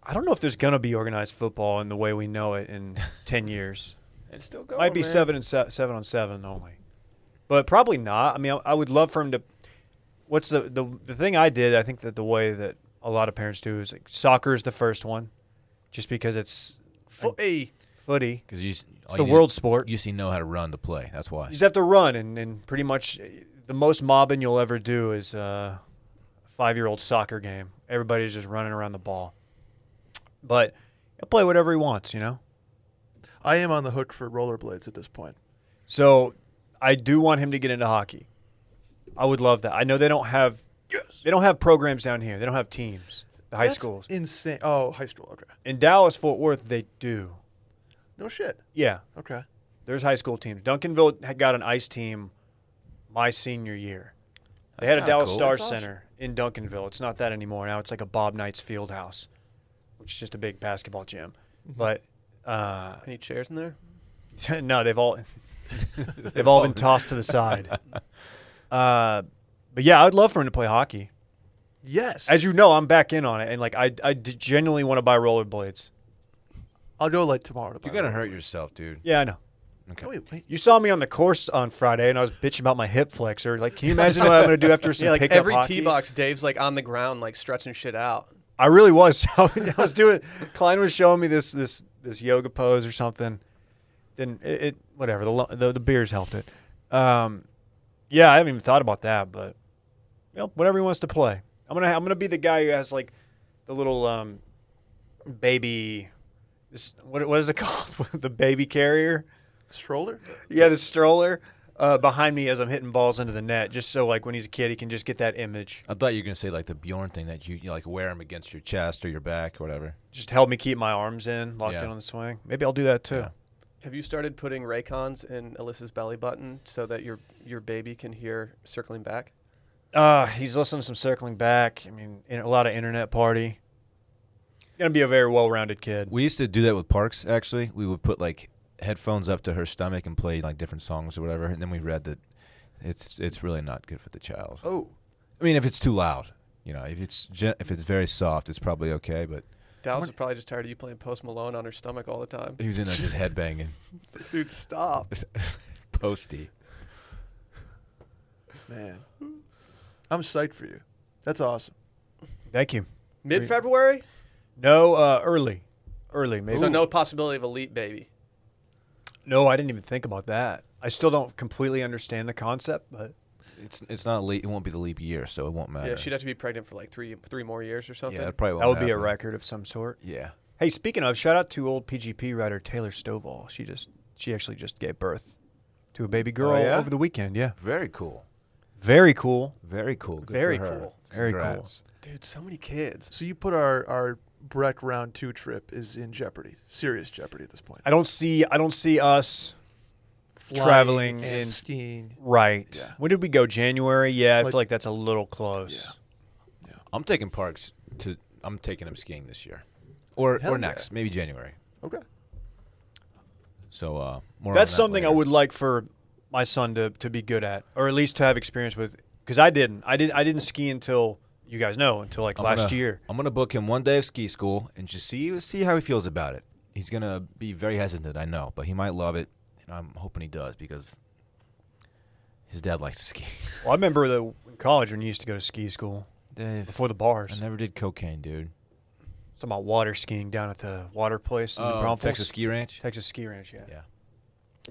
S2: i don't know if there's gonna be organized football in the way we know it in 10 years
S3: It's still going.
S2: Might be seven and se- seven on seven only, but probably not. I mean, I, I would love for him to. What's the, the the thing I did? I think that the way that a lot of parents do is like soccer is the first one, just because it's
S1: Fo- hey,
S2: footy.
S3: because you, just- all
S2: the
S3: you need-
S2: world sport.
S3: You just need to know how to run to play. That's why.
S2: You just have to run, and, and pretty much eh, the most mobbing you'll ever do is uh, a five year old soccer game. Everybody's just running around the ball. But he'll play whatever he wants, you know?
S4: I am on the hook for rollerblades at this point.
S2: So I do want him to get into hockey. I would love that. I know they don't have they don't have programs down here. They don't have teams. The high
S4: That's
S2: schools.
S4: Insane. Oh, high school. Okay.
S2: In Dallas, Fort Worth, they do.
S4: No shit.
S2: Yeah.
S4: Okay.
S2: There's high school teams. Duncanville had got an ice team my senior year. They had a
S3: kinda
S2: Dallas
S3: cool.
S2: Star
S4: That's awesome.
S2: Center in Duncanville. It's not that anymore. Now it's like a Bob Knights field house, which is just a big basketball gym.
S3: Mm-hmm.
S2: But uh,
S1: Any chairs in there?
S2: no, they've all they've all been tossed to the side. Uh, but yeah, I'd love for him to play hockey.
S4: Yes.
S2: As you know, I'm back in on it, and like I, I d- genuinely want to buy rollerblades.
S4: I'll go like tomorrow. To
S3: You're
S4: buy
S3: gonna
S4: one.
S3: hurt yourself, dude.
S2: Yeah, I know.
S3: Okay.
S4: Oh, wait, wait.
S2: You saw me on the course on Friday, and I was bitching about my hip flexor. Like, can you imagine what I'm gonna do after some
S1: Yeah, like
S2: pickup
S1: every
S2: hockey?
S1: tee box, Dave's like on the ground, like stretching shit out.
S2: I really was. I was doing. Klein was showing me this this this yoga pose or something. Then it, it whatever the, lo- the the beers helped it. Um, yeah, I haven't even thought about that, but you know, whatever he wants to play, I'm gonna I'm gonna be the guy who has like the little um baby. This, what what is it called? the baby carrier.
S4: stroller.
S2: Yeah, the stroller uh, behind me as I'm hitting balls into the net, just so like when he's a kid, he can just get that image.
S3: I thought you were gonna say like the Bjorn thing that you, you like wear them against your chest or your back or whatever.
S2: Just help me keep my arms in, locked
S3: Yeah.
S2: in on the swing. Maybe I'll do that too.
S3: Yeah.
S1: Have you started putting Raycons in Alyssa's belly button so that your your baby can hear circling back?
S2: Uh, he's listening to some circling back. I mean, in a lot of internet party. Gonna be a very well-rounded kid.
S3: We used to do that with Parks. Actually, we would put like headphones up to her stomach and play like different songs or whatever, and then we read that it's it's really not good for the child.
S1: Oh,
S3: I mean, if it's too loud, you know, if it's gen- if it's very soft, it's probably okay. But
S1: Dallas is probably just tired of you playing Post Malone on her stomach all the time.
S3: he was in there just headbanging,
S1: Dude, stop.
S3: posty.
S4: Man, I'm psyched for you. That's awesome.
S2: Thank you.
S1: Mid February,
S2: No, uh, early, early. Maybe.
S1: so no possibility of elite baby.
S2: No, I didn't even think about that. I still don't completely understand the concept, but
S3: It's it's not leap. It won't be the leap year, so it won't matter.
S1: Yeah, she'd have to be pregnant for like three three more years or something.
S3: Yeah, it probably won't
S2: that would be a
S3: happen.
S2: record of some sort.
S3: Yeah.
S2: Hey, speaking of, shout out to old PGP writer Taylor Stovall. She just she actually just gave birth to a
S4: Oh,
S2: baby girl
S3: yeah?
S2: over the weekend. Yeah,
S3: Very cool.
S2: very cool.
S3: Very cool. Good for
S1: Very
S3: her.
S1: cool.
S2: Very cool.
S3: Congrats.
S1: Dude, so many kids.
S4: So you put our our Breck round two trip is in jeopardy, serious jeopardy at this point.
S2: I don't see I don't see us
S4: Flying
S2: traveling
S4: and
S2: in
S4: skiing.
S2: Right.
S4: Yeah.
S2: When did we go? January? Yeah, I
S4: Like-
S2: feel like that's a little close.
S3: I'm taking Parks to. I'm taking him skiing this year, or
S4: Hell
S3: or
S4: yeah.
S3: next, maybe January.
S4: Okay.
S3: So uh, more.
S2: That's
S3: on that
S2: something I
S3: later.
S2: would like for my son to, to be good at, or at least to have experience with, because I didn't. I didn't. I didn't ski until you guys know until like
S3: I'm
S2: last
S3: gonna-
S2: year.
S3: I'm gonna book him one day of ski school and just see see how he feels about it. He's gonna be very hesitant, I know, but he might love it, and I'm hoping he does because his dad likes to ski.
S2: Well, I remember the in college when you used to go to ski school
S3: Dave,
S2: before the bars.
S3: I
S2: It's
S3: never did cocaine, dude.
S2: about water skiing down at the water place in the
S3: Oh,
S2: Braunfels.
S3: Texas Ski Ranch.
S2: Texas Ski Ranch. Yeah.
S3: Yeah.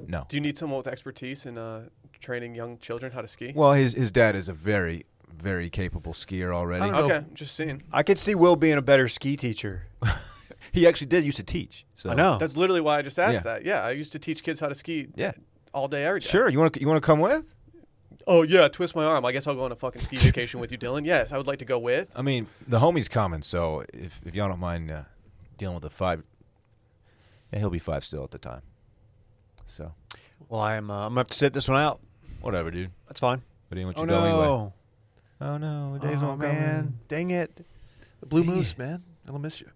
S3: No.
S1: Do you need someone with expertise in uh, training young children how to ski?
S3: Well, his his dad is a very very capable skier already.
S4: I don't know.
S1: okay, just seeing.
S2: I could see Will being a better ski teacher.
S3: He actually did used to teach. So
S2: I know.
S1: That's literally why I just asked
S3: Yeah.
S1: that. Yeah, I used to teach kids how to ski
S3: Yeah.
S1: all day, every day.
S3: Sure. You want you want to come with?
S1: Oh, yeah, twist my arm. I guess I'll go on a fucking ski vacation with you, Dylan. Yes, I would like to go with.
S3: I mean, the homie's coming, so if if y'all don't mind uh, dealing with a five, yeah, he'll be five still at the time. So
S2: Well, I'm. Uh, I'm gonna have to sit this one out.
S3: whatever, dude.
S2: That's fine.
S3: But he wants
S2: Oh
S3: you
S2: no.
S3: to go anyway. Oh no, Dave's
S4: oh
S3: not
S4: man,
S3: man.
S4: dang it, the blue
S2: Dang
S4: moose,
S2: it.
S4: man. I'll miss you.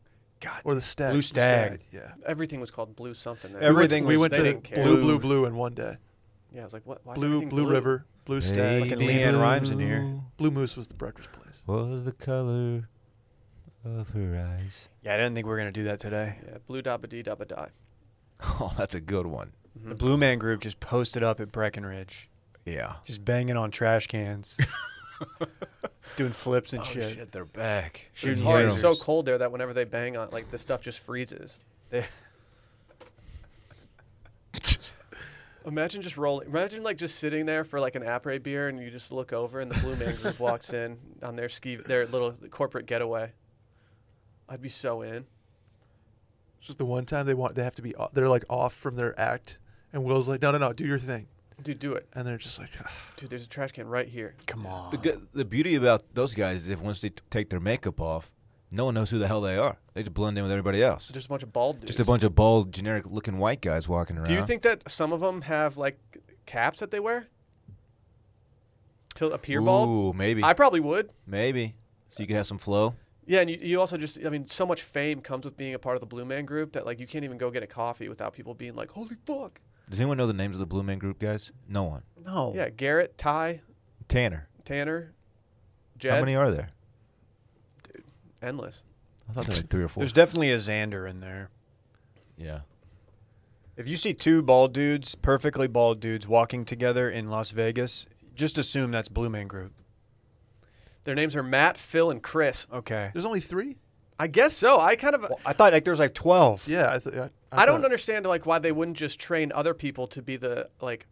S2: God.
S4: Or the stag.
S2: Blue
S4: The
S2: stag.
S4: Yeah.
S1: Everything was called blue something. There.
S2: Every- Everything
S4: we
S2: was-
S4: went
S1: they
S4: to
S1: didn't care.
S4: blue, blue, blue in one day.
S1: yeah, I was like, what? Why is
S4: Blue,
S1: everything
S4: blue, River, Blue Stag.
S2: Baby Leanne Rimes in here.
S4: Blue Moose was the breakfast place.
S3: Was the color of her eyes?
S2: Yeah, I didn't think we were gonna do that today.
S1: Yeah, blue dabba dee dabba Mm-hmm. die.
S3: Oh, that's a good one.
S2: The Blue Man Group just posted up at Breckenridge,
S3: Yeah.
S2: just banging on trash cans, doing flips and Oh, shit.
S3: they're back.
S2: Shooting
S1: It's
S2: Yeah.
S1: hard. It's so
S2: Lasers.
S1: cold there that whenever they bang on, like the stuff just freezes.
S2: They-
S1: Imagine just rolling. Imagine like just sitting there for like an après beer, and you just look over, and the Blue Man Group walks in on their ski, their little corporate getaway. I'd be so in.
S4: It's just the one time they want they have to be o- they're like off from their act, and Will's like, no, no, no, do your thing,
S1: Dude, do it.
S4: and they're just like, "Ah."
S1: Dude, there's a trash can right here.
S4: come on.
S3: The, good, the beauty about those guys is if once they t- take their makeup off, no one knows who the hell they are. They just blend in with everybody else.
S1: So there's a bunch of bald dudes.
S3: Just a bunch of bald, generic-looking white guys walking around.
S1: Do you think that some of them have like caps that they wear to appear bald?
S3: Ooh, maybe,
S1: I probably would.
S3: maybe. So you can have some flow.
S1: Yeah, and you, you also just, I mean, so much fame comes with being a part of the Blue Man Group that like you can't even go get a coffee without people being like, "Holy fuck!"
S3: Does anyone know the names of the Blue Man Group guys? No one.
S2: No.
S1: Yeah, Garrett, Ty,
S3: Tanner.
S1: Tanner,
S3: How
S1: Jed,
S3: many are there?
S1: endless.
S3: I thought there were like three or four.
S2: There's definitely a Xander in there.
S3: yeah.
S2: If you see two bald dudes, perfectly bald dudes, walking together in Las Vegas, just assume that's Blue Man Group.
S1: Their names are Matt, Phil, and Chris.
S2: Okay.
S4: There's only three.
S1: I guess so. I kind of,
S2: Well, I thought like there was like twelve.
S4: Yeah, I, th- I,
S1: I, don't
S4: thought-
S1: understand like why they wouldn't just train other people to be the like,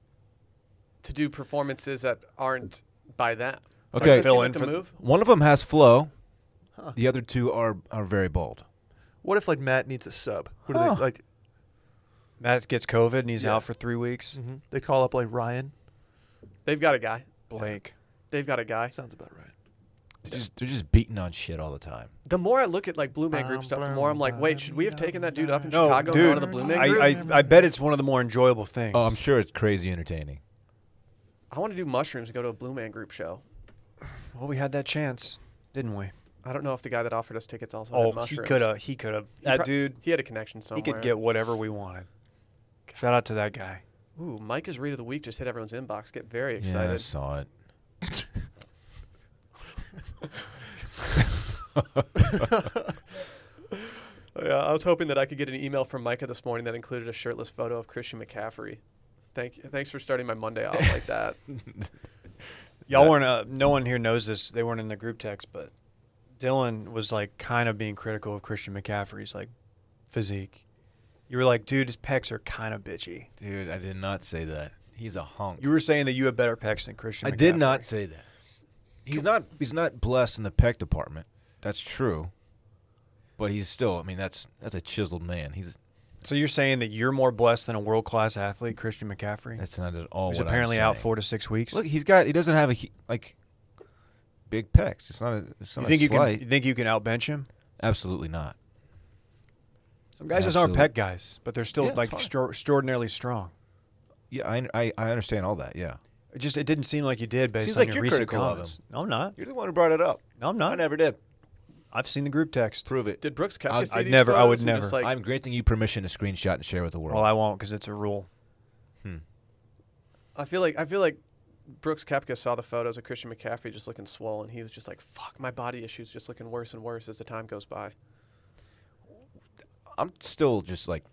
S1: to do performances that aren't by them. Like,
S3: Okay.
S1: does it seem
S2: Fill
S1: like
S2: in
S1: the
S2: for th-
S1: move.
S3: One of them has flow.
S4: Huh.
S3: The other two are are very bold.
S4: What if like Matt needs a sub? Who do
S3: Huh.
S4: they like?
S2: Matt gets COVID and he's
S1: Yeah.
S2: out for three
S3: Mm.
S2: weeks.
S4: mhm, They call up like Ryan.
S1: They've got a guy.
S2: Blake.
S1: They've got a guy.
S4: That sounds about right.
S3: They're just they're just beating on shit all the time.
S1: The more I look at like Blue Man Group stuff, the more I'm like, wait, should we have taken that dude up in
S2: No,
S1: Chicago
S2: dude.
S1: and gone to the Blue Man Group? I,
S2: I, I I bet it's one of the more enjoyable things.
S3: Oh, I'm sure it's crazy entertaining.
S1: want to do mushrooms and go to a Blue Man Group show.
S2: Well, we had that chance, didn't we?
S1: I don't know if the guy that offered us tickets also had
S2: Oh, he
S1: mushrooms.
S2: could have. He could have.
S1: He
S2: That
S1: pro-
S2: dude.
S1: He had a connection somewhere.
S2: He could get whatever we wanted. Shout out to that guy.
S1: Ooh, Micah's read of the week just hit everyone's inbox. Get very
S3: Yeah, I
S1: excited.
S3: saw it.
S1: Oh, Yeah, I was hoping that I could get an email from Micah this morning that included a shirtless photo of Christian McCaffrey. Thank, thanks for starting my Monday off like that.
S2: Y'all
S3: That-
S2: weren't. Uh, no one here knows this. They weren't in the group text, but Dylan was like kind of being critical of Christian McCaffrey's like physique. You were like, dude, his pecs are kind of bitchy.
S3: Dude, I did not say that. He's a hunk.
S2: You were saying that you had better pecs than Christian.
S3: I did
S2: McCaffrey.
S3: not say that. He's not he's not blessed in the pec department. That's true. But he's still I mean that's that's a chiseled man. He's
S2: So you're saying that you're more blessed than a world class athlete, Christian McCaffrey,
S3: that's not at all
S2: who's
S3: what I'm
S2: apparently out
S3: saying.
S2: four to six weeks.
S3: Look, he's got he doesn't have a he- like big pecs. It's not a it's not
S2: you
S3: a
S2: think you can?
S3: slight.
S2: You think you can outbench him?
S3: Absolutely not.
S2: Some guys just aren't
S3: Absolutely.
S2: pec guys, but they're still
S3: Yeah, it's
S2: like
S3: fine.
S2: extra- extraordinarily strong.
S3: Yeah, I, I, I understand all that. Yeah,
S2: It just it didn't seem like you did based
S3: Seems
S2: on
S3: like
S2: your
S3: you're
S2: recent
S3: critical of
S2: comments. No, I'm not.
S3: you're the one who brought it up.
S2: No, I'm not.
S3: I never did.
S2: I've seen the group text.
S3: Prove it.
S1: Did Brooks Koepka
S3: I'd-
S1: see
S2: I'd
S1: these
S2: never- I
S1: photos
S2: would
S1: and just,
S2: never.
S1: like,
S3: I'm granting you permission to screenshot and share with the world.
S2: Well, I won't because it's a rule.
S1: I feel like I feel like Brooks Kepka saw the photos of Christian McCaffrey just looking swollen. He was just like, "Fuck, my body issues just looking worse and worse as the time goes by."
S3: I'm still just like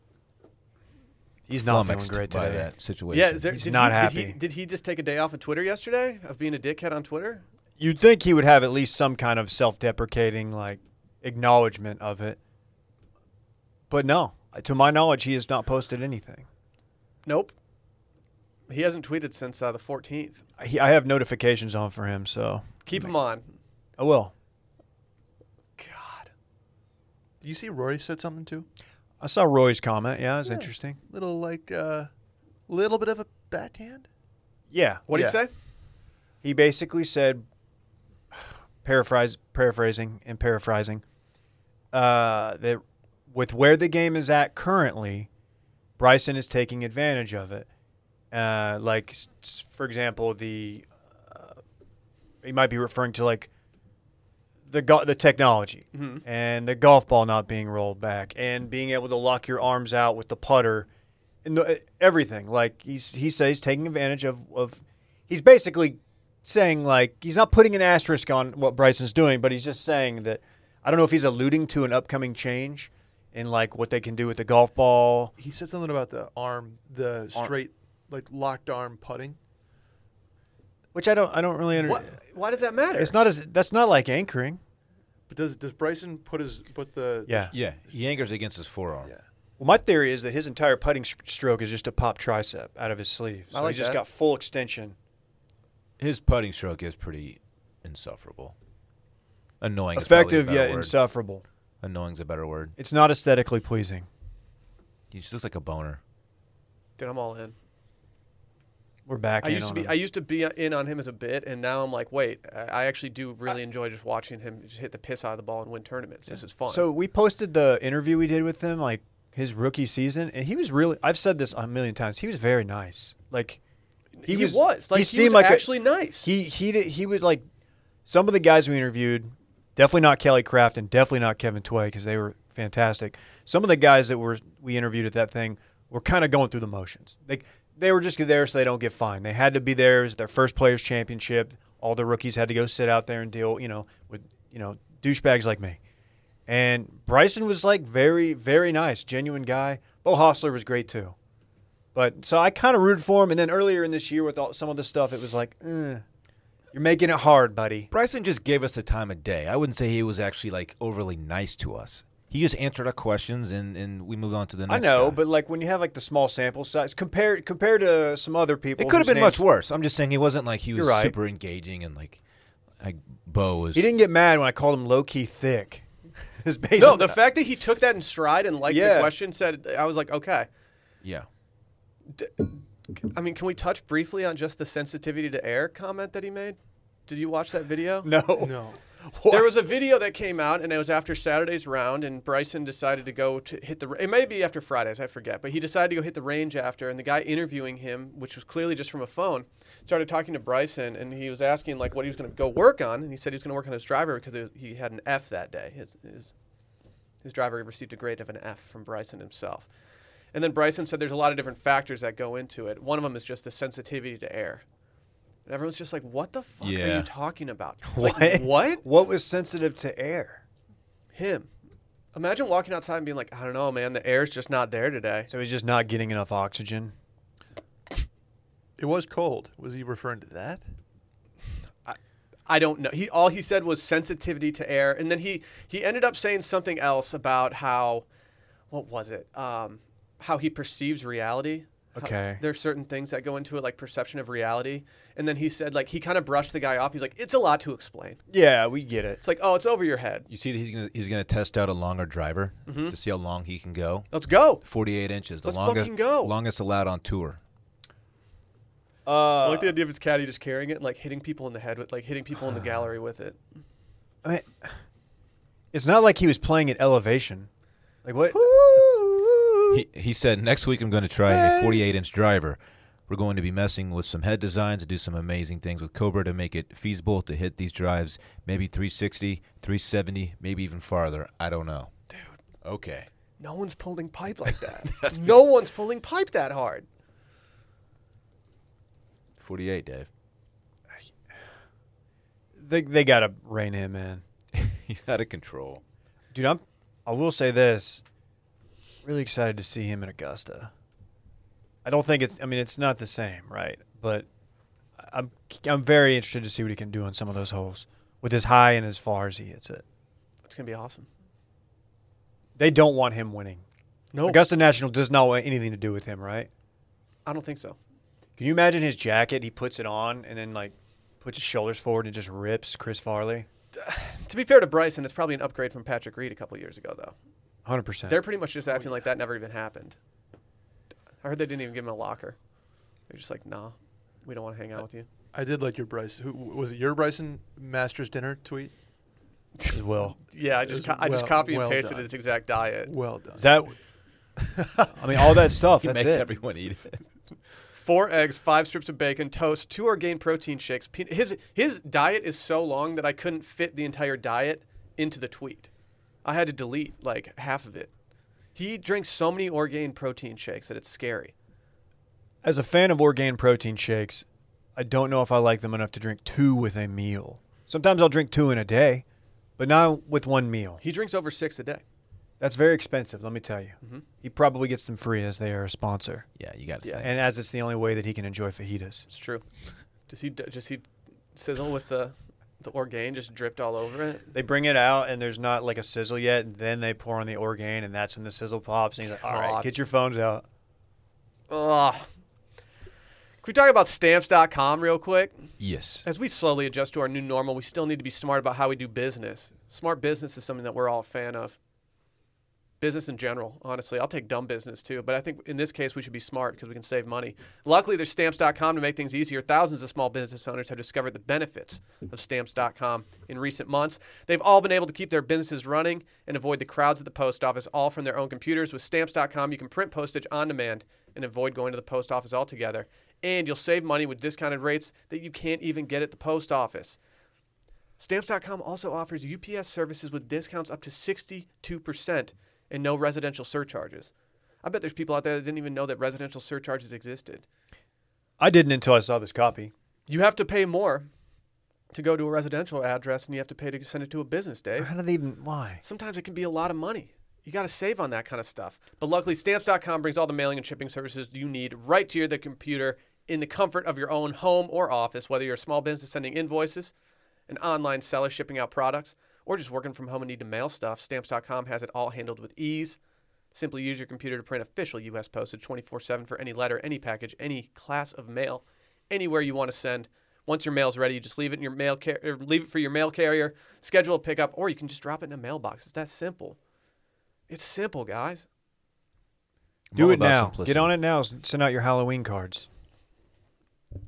S2: He's not feeling
S3: flummoxed
S2: great
S3: by
S2: today.
S3: that situation.
S1: Yeah, is there,
S2: He's
S1: did
S2: not
S1: he, Did he,
S2: happy.
S1: did he just take a day off of Twitter yesterday of being a dickhead on Twitter?
S2: You'd think he would have at least some kind of self-deprecating like acknowledgement of it, but no. To my knowledge, he has not posted anything.
S1: Nope. He hasn't tweeted since uh, the 14th.
S2: He, I have notifications on for him, so oh,
S1: Keep him on.
S2: I will.
S1: God,
S4: You see, Rory said something too.
S2: I saw Roy's comment. Yeah, it's
S4: Yeah.
S2: interesting.
S4: Little like, uh, little bit of a backhand.
S2: Yeah.
S1: what
S2: yeah.
S1: do you say?
S2: He basically said, paraphrase, paraphrasing and paraphrasing, uh, that with where the game is at currently, Bryson is taking advantage of it. Uh, like, s- s- for example, the uh, he might be referring to like the go- the technology
S1: Mhm.
S2: and the golf ball not being rolled back and being able to lock your arms out with the putter and the, eh, everything. Like he's he says taking advantage of of he's basically saying like he's not putting an asterisk on what Bryson's doing, but he's just saying that I don't know if he's alluding to an upcoming change in like what they can do with the golf ball.
S4: He said something about the arm, the straight, like locked arm putting.
S2: Which I don't I don't really
S1: What?
S2: understand.
S1: Why does that matter?
S2: It's not as that's not like anchoring.
S4: But does does Bryson put his put the
S2: Yeah.
S3: Yeah, he angers against his forearm.
S4: Yeah.
S2: Well, my theory is that his entire putting s- stroke is just a pop tricep out of his sleeve.
S1: I
S2: So
S1: like
S2: he just
S1: that.
S2: got full extension.
S3: His putting stroke is pretty insufferable. Annoying. is probably a
S2: Effective
S3: better
S2: yet
S3: word.
S2: insufferable.
S3: Annoying's a better word.
S2: It's not aesthetically pleasing.
S3: He just looks like a boner.
S1: Dude, I'm all in.
S2: We're back.
S1: I
S2: in
S1: used to
S2: on
S1: be
S2: him.
S1: I used to be uh, in on him as a bit, and now I'm like, wait, I I actually do really enjoy just watching him just hit the piss out of the ball and win tournaments. This is fun.
S2: So we posted the interview we did with him, like his rookie season, and he was really. I've said this a million times. He was very nice. Like
S1: he, was, like he, was
S2: a-
S1: actually nice.
S2: he he did, he was like some of the guys we interviewed. Definitely not Kelly Craft and definitely not Kevin Tway because they were fantastic. Some of the guys that were we interviewed at that thing were kind of going through the motions. They they were just there so they don't get fined. They had to be there. It was their first Players Championship. All the rookies had to go sit out there and deal, you know, with you know douchebags like me. And Bryson was like very very nice, genuine guy. Bo Hostler was great too. But so I kind of rooted for him. And then earlier in this year, with all, some of the stuff, it was like, eh, you're making it hard, buddy.
S3: Bryson just gave us the time of day. I wouldn't say he was actually like overly nice to us. He just answered our questions and, and we moved on to the next.
S2: I know,
S3: guy.
S2: but like when you have like the small sample size, compared compared to some other people,
S3: it could have
S2: whose
S3: been much
S2: names-
S3: worse. I'm just saying he wasn't like he was
S2: You're right.
S3: super engaging and like like Bo was.
S2: He didn't get mad when I called him low key thick. Is basically
S1: no, the fact that he took that in stride and liked the
S2: Yeah.
S1: question said, I was like, okay.
S3: Yeah.
S1: I mean, can we touch briefly on just the sensitivity to air comment that he made? Did you watch that video?
S2: no,
S4: No.
S1: There was a video that came out, and it was after Saturday's round, and Bryson decided to go to hit the. It may be after Fridays, I forget, but he decided to go hit the range after, and the guy interviewing him, which was clearly just from a phone, started talking to Bryson, and he was asking like what he was going to go work on, and he said he was going to work on his driver because it, he had an F that day. His his his driver received a grade of an F from Bryson himself. And then Bryson said there's a lot of different factors that go into it. One of them is just the sensitivity to air. And everyone's just like, what the fuck are
S3: Yeah.
S1: you talking about?
S2: What?
S1: Like, what?
S2: What was sensitive to air?
S1: Him. Imagine walking outside and being like, I don't know, man, the air's just not there today.
S2: So he's just not getting enough oxygen.
S4: It was cold. Was he referring to that?
S1: I don't know. He all he said was sensitivity to air, and then he he ended up saying something else about how, what was it? Um, how he perceives reality. How-
S2: Okay.
S1: there are certain things that go into it, like perception of reality. And then he said, like he kind of brushed the guy off. He's like, it's a lot to explain.
S2: Yeah, we get it.
S1: It's like, oh, it's over your head.
S3: You see that he's gonna he's gonna test out a longer driver
S2: Mm-hmm.
S3: to see how long he can go.
S1: Let's go.
S3: Forty eight inches, the
S1: Let's fucking
S3: longest
S1: go.
S3: longest allowed on tour.
S1: I
S2: Uh,
S1: like the idea of his caddy just carrying it and like hitting people in the head with, like hitting people in the gallery with it.
S2: I mean, it's not like he was playing at elevation. Like what?
S3: He, he said next week I'm going to try a 48 inch driver. We're going to be messing with some head designs and do some amazing things with Cobra to make it feasible to hit these drives, maybe 360, 370, maybe even farther. I don't know. Dude. Okay.
S1: No one's pulling pipe like that. no one's pulling pipe that hard.
S3: 48, Dave.
S2: They they gotta rein him in.
S3: He's out of control.
S2: Dude, I'm. I will say this. Really excited to see him in Augusta. I don't think it's. I mean, it's not the same, right? But I- I'm. I'm very interested to see what he can do on some of those holes with his high and as far as he hits it.
S1: It's gonna be awesome.
S2: They don't want him winning.
S1: No,
S2: Augusta National does not want anything to do with him, right?
S1: I don't think so.
S2: Can you imagine his jacket? He puts it on and then like puts his shoulders forward and just rips Chris Farley.
S1: To be fair to Bryson, it's probably an upgrade from Patrick Reed a couple years ago, though.
S2: Hundred percent.
S1: They're pretty much just acting like that never even happened. I heard they didn't even give him a locker. They're just like, nah, we don't want to hang out
S4: Uh,
S1: with you.
S4: I did like your Bryson. Who was it? Your Bryson Masters dinner tweet.
S2: Well,
S1: Yeah, I just
S4: It was
S1: co- I just
S4: well-
S1: copy and
S4: well
S1: pasted
S4: done.
S1: his exact diet.
S4: Well done.
S2: is that? I mean, all that stuff.
S3: He
S2: that's
S3: makes
S2: it.
S3: everyone eat it.
S1: Four eggs, five strips of bacon, toast, two organic protein shakes. pe- His his diet is so long that I couldn't fit the entire diet into the tweet. I had to delete like half of it. He drinks so many organic protein shakes that it's scary.
S2: As a fan of Orgain protein shakes, I don't know if I like them enough to drink two with a meal. Sometimes I'll drink two in a day, but not with one meal.
S1: He drinks over six a day.
S2: That's very expensive, let me tell you. He probably gets them free as they are a sponsor,
S3: Yeah, you got to
S1: Yeah.
S3: think.
S2: and as it's the only way that he can enjoy fajitas.
S1: It's true. Does he does he sizzle with the the Orgain just dripped all over it.
S2: They bring it out and there's not like a sizzle yet. And then they pour on the Orgain and that's when the sizzle pops. And he's like, all right,
S1: God.
S2: get your phones out.
S1: Ugh. Can we talk about stamps.com real quick?
S3: Yes.
S1: As we slowly adjust to our new normal, we still need to be smart about how we do business. Smart business is something that we're all a fan of. Business in general, honestly. I'll take dumb business too, but I think in this case we should be smart because we can save money. Luckily, there's stamps.com to make things easier. Thousands of small business owners have discovered the benefits of stamps.com in recent months. They've all been able to keep their businesses running and avoid the crowds at the post office, all from their own computers. With stamps.com, you can print postage on demand and avoid going to the post office altogether and you'll save money with discounted rates that you can't even get at the post office. Stamps.com also offers UPS services with discounts up to 62% and no residential surcharges. I bet there's people out there that didn't even know that residential surcharges existed.
S2: I didn't until I saw this copy.
S1: You have to pay more to go to a residential address and you have to pay to send it to a business, Dave.
S2: How do they even, why?
S1: Sometimes it can be a lot of money. You got to save on that kind of stuff. But luckily, stamps.com brings all the mailing and shipping services you need right to your the computer in the comfort of your own home or office, whether you're a small business sending invoices, an online seller shipping out products, or just working from home and need to mail stuff. Stamps.com has it all handled with ease. Simply use your computer to print official U.S. postage 24 7 for any letter, any package, any class of mail, anywhere you want to send. Once your mail's ready, you just leave it in your mail car- or leave it for your mail carrier, schedule a pickup, or you can just drop it in a mailbox. It's that simple. It's simple, guys.
S3: I'm
S2: Do
S3: all
S2: it
S3: about
S2: now.
S3: simplicity.
S2: Get on it now. S- Send out your Halloween cards.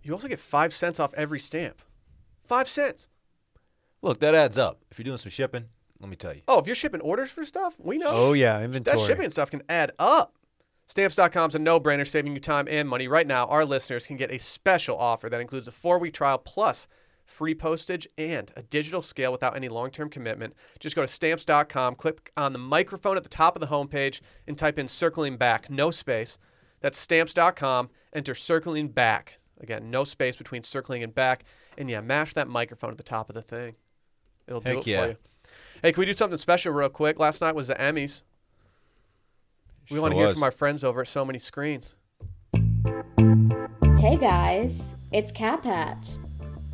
S1: You also get five cents off every stamp. Five cents.
S3: Look, that adds up. If you're doing some shipping, let me tell you.
S1: Oh, if you're shipping orders for stuff, we know.
S2: Oh, yeah. Inventory.
S1: That shipping and stuff can add up. Stamps.com's a no brainer, saving you time and money. Right now, our listeners can get a special offer that includes a four week trial plus free postage and a digital scale without any long term commitment. Just go to stamps.com, click on the microphone at the top of the homepage, and type in circling back, no space. That's stamps.com. Enter circling back. Again, no space between circling and back. And yeah, mash that microphone at the top of the thing. It'll do
S3: Heck
S1: it
S3: yeah.
S1: for you. Hey, can we do something special real quick? Last night was the Emmys. We
S3: Sure
S1: want to hear
S3: was.
S1: from our friends over at So Many Screens.
S5: Hey guys, it's Cat Pat.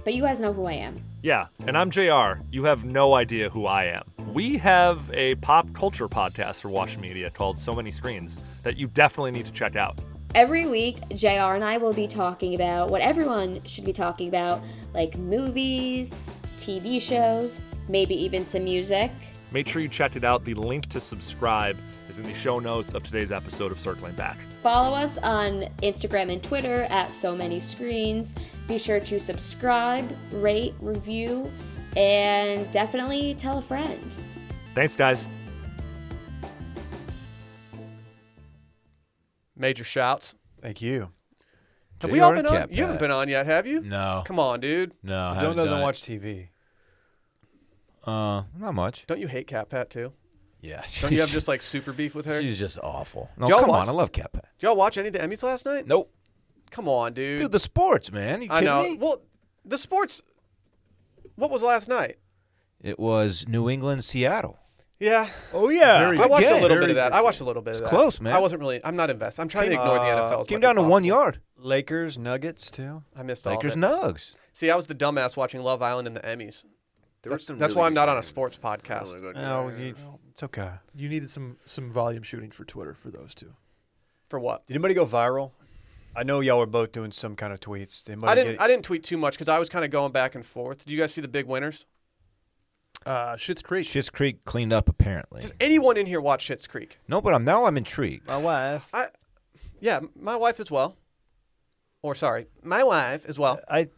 S5: But you guys know who I am.
S6: Yeah, and I'm JR. You have no idea who I am. We have a pop culture podcast for Wash Media called So Many Screens that you definitely need to check out.
S5: Every week, JR and I will be talking about what everyone should be talking about, like movies, TV shows, maybe even some music.
S6: Make sure you check it out. The link to subscribe is in the show notes of today's episode of Circling Back.
S5: Follow us on Instagram and Twitter at So Many Screens. Be sure to subscribe, rate, review, and definitely tell a friend.
S6: Thanks, guys.
S1: Major shouts.
S2: Thank you.
S1: Have
S3: JR
S1: we all
S3: and
S1: been on?
S3: Cat
S1: You haven't
S3: Pat.
S1: been on yet, have you?
S3: No.
S1: Come on, dude.
S3: No, I
S2: Dylan
S3: haven't
S2: doesn't
S3: done it.
S2: watch TV.
S3: Uh, not much.
S1: Don't you hate Cat Pat too?
S3: Yeah.
S1: Don't you have just like super beef with her? Did
S3: She's just awful. No,
S1: y'all
S3: come
S1: watch-
S3: on. I love Cat Pat.
S1: y'all watch any of the Emmys last night?
S3: Nope.
S1: Come on, dude.
S3: Dude, the sports, man. You kidding
S1: I know.
S3: me?
S1: Well, the sports. What was last night?
S3: It was New England, Seattle.
S1: Yeah,
S2: Oh, yeah.
S3: Very
S1: I watched a
S3: game.
S1: little bit
S3: Very
S1: of that. I watched a little bit. of
S3: It's
S1: that.
S3: close, man.
S1: I wasn't really. I'm not invested. I'm trying to ignore the
S2: uh,
S1: NFL. as
S3: Came
S1: much
S3: down
S1: as
S3: to one
S1: possible.
S3: yard.
S2: Lakers, Nuggets, too.
S1: I missed all
S3: Lakers
S1: of it.
S3: Nugs.
S1: See, I was the dumbass watching Love Island and the Emmys.
S3: There were
S1: That's-
S3: some
S1: That's
S3: really
S1: why I'm
S3: good
S1: not on a
S3: games.
S1: sports podcast.
S2: No, you- it's okay.
S4: You needed some some volume shooting for Twitter for those two.
S1: For what?
S2: Did anybody go viral? I know y'all were both doing some kind of tweets. Did anybody
S1: I didn't.
S2: get-
S1: I didn't tweet too much because I was kind of going back and forth. Did you guys see the big winners?
S4: Uh, Shit's Creek.
S3: Schitt's Creek cleaned up apparently.
S1: Does anyone in here watch Shit's Creek?
S3: No, but I'm now I'm intrigued.
S2: My wife.
S1: I, yeah, m- my wife as well. Or sorry, my wife as well.
S2: I,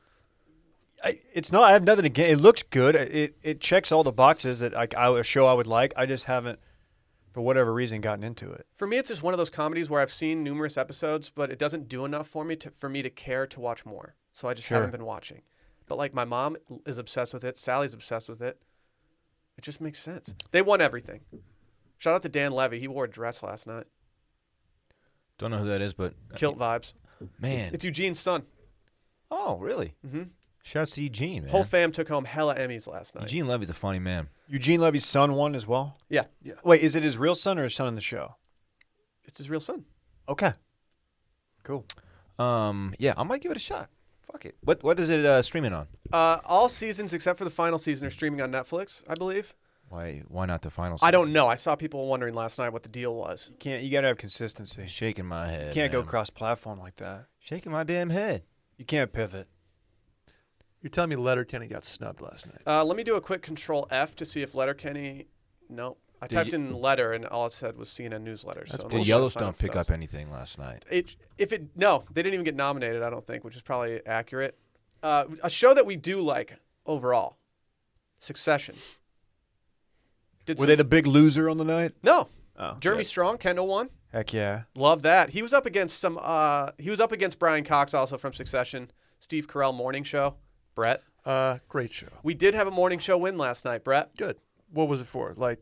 S2: I, it's not. I have nothing against. It looks good. It it checks all the boxes that like I, a show I would like. I just haven't, for whatever reason, gotten into it.
S1: For me, it's just one of those comedies where I've seen numerous episodes, but it doesn't do enough for me to for me to care to watch more. So I just haven't been watching. But like my mom l- is obsessed with it. Sally's obsessed with it. It just makes sense. They won everything. Shout out to Dan Levy. He wore a dress last night.
S3: Don't know who that is, but
S1: Kilt vibes.
S3: man.
S1: It's Eugene's son.
S3: Oh, really? Mm-hmm. Shouts to Eugene, man.
S1: Whole fam took home hella Emmys last night.
S3: Eugene Levy's a funny man.
S2: Eugene Levy's son won as well.
S1: Yeah, yeah.
S2: Wait, is it his real son or his son in the show?
S1: It's his real son.
S2: Okay, cool.
S3: Um, yeah, I might give it a shot. Fuck it. What what is it uh, streaming on?
S1: Uh, all seasons except for the final season are streaming on Netflix, I believe.
S3: Why why not the final?
S1: I don't
S3: season?
S1: know. I saw people wondering last night what the deal was.
S2: Can't you got to have consistency?
S3: Shaking my head.
S2: You can't go
S3: man.
S2: cross-platform like that.
S3: Shaking my damn head.
S2: You can't pivot.
S4: You're telling me Letterkenny got snubbed last night?
S1: Uh, let me do a quick Control F to see if Letterkenny. No, I
S3: Did
S1: typed
S3: you-
S1: in letter and all it said was CNN newsletter. So I'm
S3: Did
S1: not sure sign
S3: Yellowstone
S1: for
S3: pick
S1: those.
S3: up anything last night?
S1: It, if it no, they didn't even get nominated. I don't think, which is probably accurate. Uh, a show that we do like overall, Succession. Did
S3: Were
S1: some-
S3: they the big loser on the night?
S1: no?
S2: Oh,
S1: Jeremy Strong, Kendall won.
S2: Heck yeah.
S1: Love that. He was up against some. Uh, he was up against Brian Cox, also from Succession. Steve Carell morning show. Brett.
S4: Uh, great show.
S1: We did have a morning show win last night, Brett.
S4: Good. What was it for? Like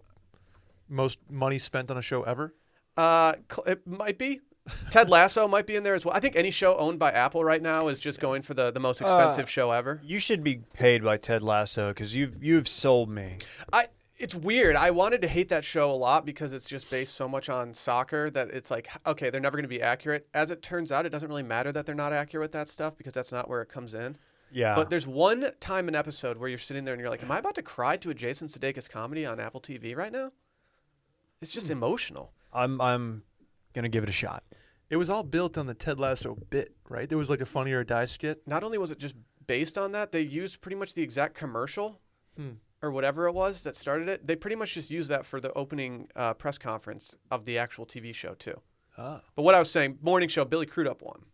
S4: most money spent on a show ever?
S1: Uh, cl- it might be. Ted Lasso might be in there as well. I think any show owned by Apple right now is just going for the, the most expensive show ever.
S2: You should be paid by Ted Lasso because you've you've sold me.
S1: I it's weird. I wanted to hate that show a lot because it's just based so much on soccer that it's like okay, they're never going to be accurate. As it turns out, it doesn't really matter that they're not accurate with that stuff because that's not where it comes in.
S2: Yeah.
S1: But there's one time an episode where you're sitting there and you're like, "Am I about to cry to a Jason Sudeikis comedy on Apple TV right now?" It's just
S4: Hmm.
S1: emotional.
S2: I'm I'm gonna give it a shot.
S4: It was all built on the Ted Lasso bit, right? There was like a funny or die skit.
S1: not only was it just based on that, they used pretty much the exact commercial
S4: Hmm.
S1: or whatever it was that started it. They pretty much just used that for the opening uh, press conference of the actual TV show too.
S4: Oh,
S1: But what I was saying, morning show, Billy Crudup won,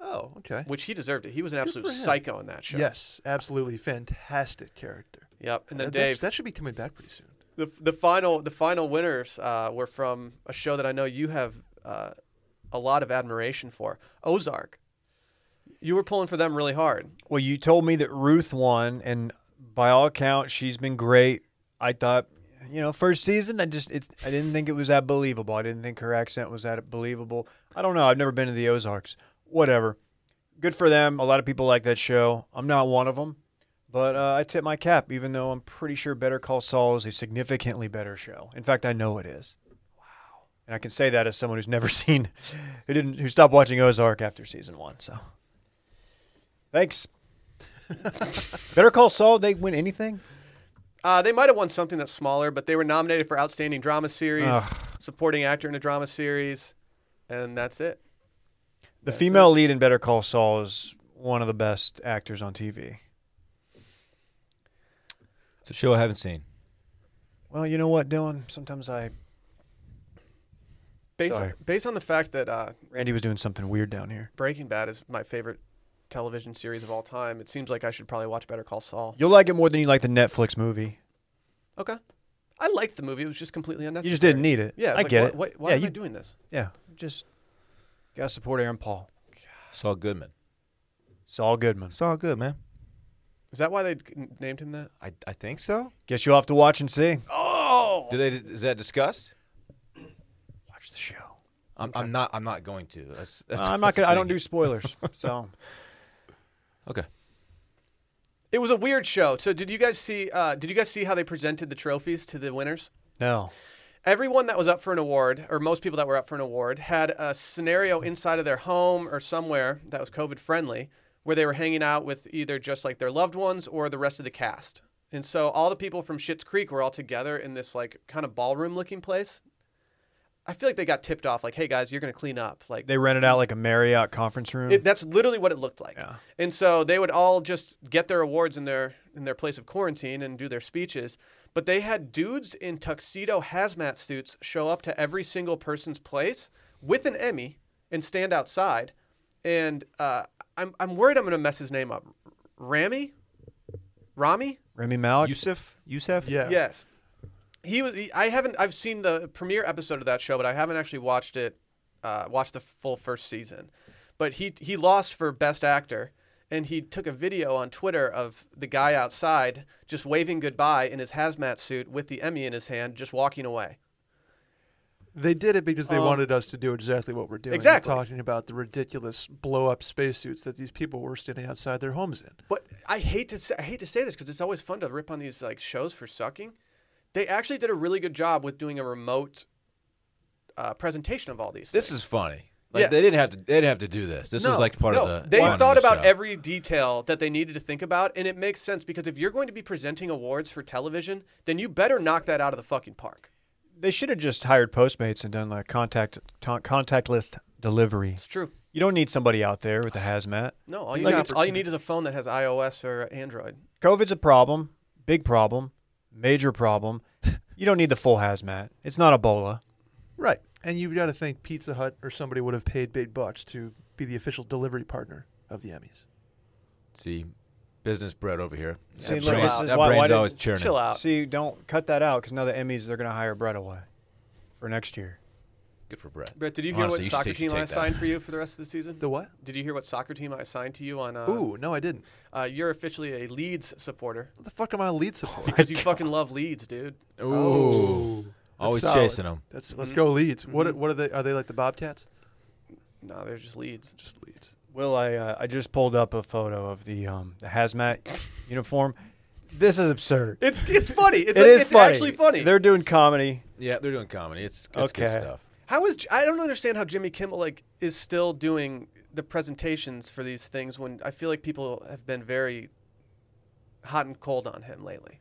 S4: oh okay.
S1: which he deserved it. He was an absolute
S4: for him.
S1: psycho in that show.
S4: Yes, absolutely fantastic character.
S1: Yep. And then
S4: Uh, that's-
S1: Dave,
S4: that should be coming back pretty soon.
S1: the, the final the final winners uh, were from a show that I know you have uh, a lot of admiration for, Ozark. You were pulling for them really hard.
S2: Well, you told me that Ruth won, and by all accounts, she's been great. I thought, you know, first season, I just it's I didn't think it was that believable. I didn't think her accent was that believable. I don't know. I've never been to the Ozarks. Whatever. Good for them. A lot of people like that show. I'm not one of them, but uh, I tip my cap, even though I'm pretty sure Better Call Saul is a significantly better show. In fact, I know it is. Wow. And I can say that as someone who's never seen, who didn't, who stopped watching Ozark after season one. So, thanks. Better Call Saul, they win anything?
S1: Uh, they might have won something that's smaller, but they were nominated for Outstanding Drama Series,
S2: Ugh.
S1: Supporting Actor in a Drama Series, and that's it.
S2: The female lead in Better Call Saul is one of the best actors on TV.
S3: It's a show I haven't seen.
S2: Well, you know what, Dylan? Sometimes I.
S1: Based,
S2: Sorry.
S1: based on the fact that uh,
S2: Randy was doing something weird down here.
S1: Breaking Bad is my favorite television series of all time, it seems like I should probably watch Better Call Saul.
S2: You'll like it more than you like the Netflix movie.
S1: Okay. I liked the movie. It was just completely unnecessary.
S2: You just didn't need it.
S1: Yeah,
S2: I
S1: was like,
S2: get
S1: why-
S2: it.
S1: Why, why
S2: yeah,
S1: am
S2: you
S1: I doing this?
S2: Yeah, just gotta support Aaron Paul.
S3: Saul Goodman.
S2: Saul Goodman.
S3: Saul Goodman.
S1: Is that why they named him that?
S3: I I think so.
S2: Guess you'll have to watch and see.
S1: Oh!
S3: Do they? Is that discussed?
S2: Watch the show.
S3: I'm, I'm not. I'm not going to. That's, that's,
S2: Uh, I'm not
S3: that's the
S2: gonna. I
S3: thing.
S2: don't do spoilers. so
S3: Okay.
S1: It was a weird show. So did you guys see? Uh, did you guys see how they presented the trophies to the winners?
S2: no.
S1: everyone that was up for an award, or most people that were up for an award, had a scenario inside of their home or somewhere that was COVID friendly where they were hanging out with either just like their loved ones or the rest of the cast. And so all the people from Schitt's Creek were all together in this like kind of ballroom looking place. I feel like they got tipped off like, hey guys, you're going to clean up. Like,
S2: They rented out like a Marriott conference room.
S1: it, that's literally what it looked like.
S2: Yeah.
S1: And so they would all just get their awards in their in their place of quarantine and do their speeches. But they had dudes in tuxedo hazmat suits show up to every single person's place with an Emmy and stand outside. And uh, I'm I'm worried I'm going to mess his name up. Rami, Rami.
S2: Remy Malik.
S3: Yusuf. Yusuf.
S4: Yeah.
S1: Yes. He was. He, I haven't. I've seen the premiere episode of that show, but I haven't actually watched it. Uh, watched the full first season. But he he lost for best actor, and he took a video on Twitter of the guy outside just waving goodbye in his hazmat suit with the Emmy in his hand, just walking away.
S4: They did it because they
S1: Um,
S4: wanted us to do exactly what we're doing.
S1: exactly.
S4: Talking about the ridiculous blow up spacesuits that these people were standing outside their homes in.
S1: But I hate to say, I hate to say this because it's always fun to rip on these like shows for sucking. They actually did a really good job with doing a remote uh, presentation of all these.
S3: This
S1: things.
S3: is funny. Like
S1: Yes.
S3: they didn't have to. They didn't have to do this. This was
S4: No,
S3: like part
S1: No,
S3: of the.
S1: they
S3: fun of
S1: thought
S3: the
S1: about
S3: show.
S1: every detail that they needed to think about, and it makes sense because if you're going to be presenting awards for television, then you better knock that out of the fucking park.
S2: They should have just hired Postmates and done like contact con- contact list delivery.
S1: It's true.
S2: You don't need somebody out there with a hazmat.
S1: No, all you,
S2: Like,
S1: got,
S2: it's-
S1: all you need is a phone that has iOS or Android.
S2: COVID's a problem, big problem, major problem. You don't need the full hazmat. It's not Ebola.
S4: Right. And you got to think Pizza Hut or somebody would have paid big bucks to be the official delivery partner of the Emmys.
S3: See, business bread over here.
S2: See,
S3: that
S2: look,
S3: brain's,
S2: this is
S3: that
S2: why- why
S3: brain's
S2: didn't-
S3: always churning.
S1: Chill out.
S2: See, don't cut that out because now the Emmys they're going to hire Brett away for next year.
S3: Good for Brett.
S1: Brett, did you hear
S3: Honestly,
S1: what
S3: you should
S1: soccer
S3: take- you
S1: team I
S3: take that.
S1: assigned for you for the rest of the season?
S4: The what?
S1: Did you hear what soccer team I assigned to you on? Uh,
S4: Ooh, no, I didn't.
S1: uh, you're officially a Leeds supporter
S4: What the fuck am I a lead support?
S1: because you fucking love Leeds, dude.
S3: Ooh,
S1: Oh.
S3: always
S4: That's solid.
S3: chasing them.
S4: That's let's go Leeds. What what are they? Are they like the Bobcats?
S1: No, they're just Leeds.
S4: Just Leeds.
S2: Will, I uh, I just pulled up a photo of the um, the hazmat uniform. This is absurd.
S1: It's it's funny. It's,
S2: It
S1: like-
S2: is
S1: it's actually funny.
S2: They're doing comedy.
S3: Yeah, they're doing comedy. It's, it's good
S2: Okay.
S3: stuff.
S1: How is I don't understand how Jimmy Kimmel like is still doing the presentations for these things when I feel like people have been very hot and cold on him lately.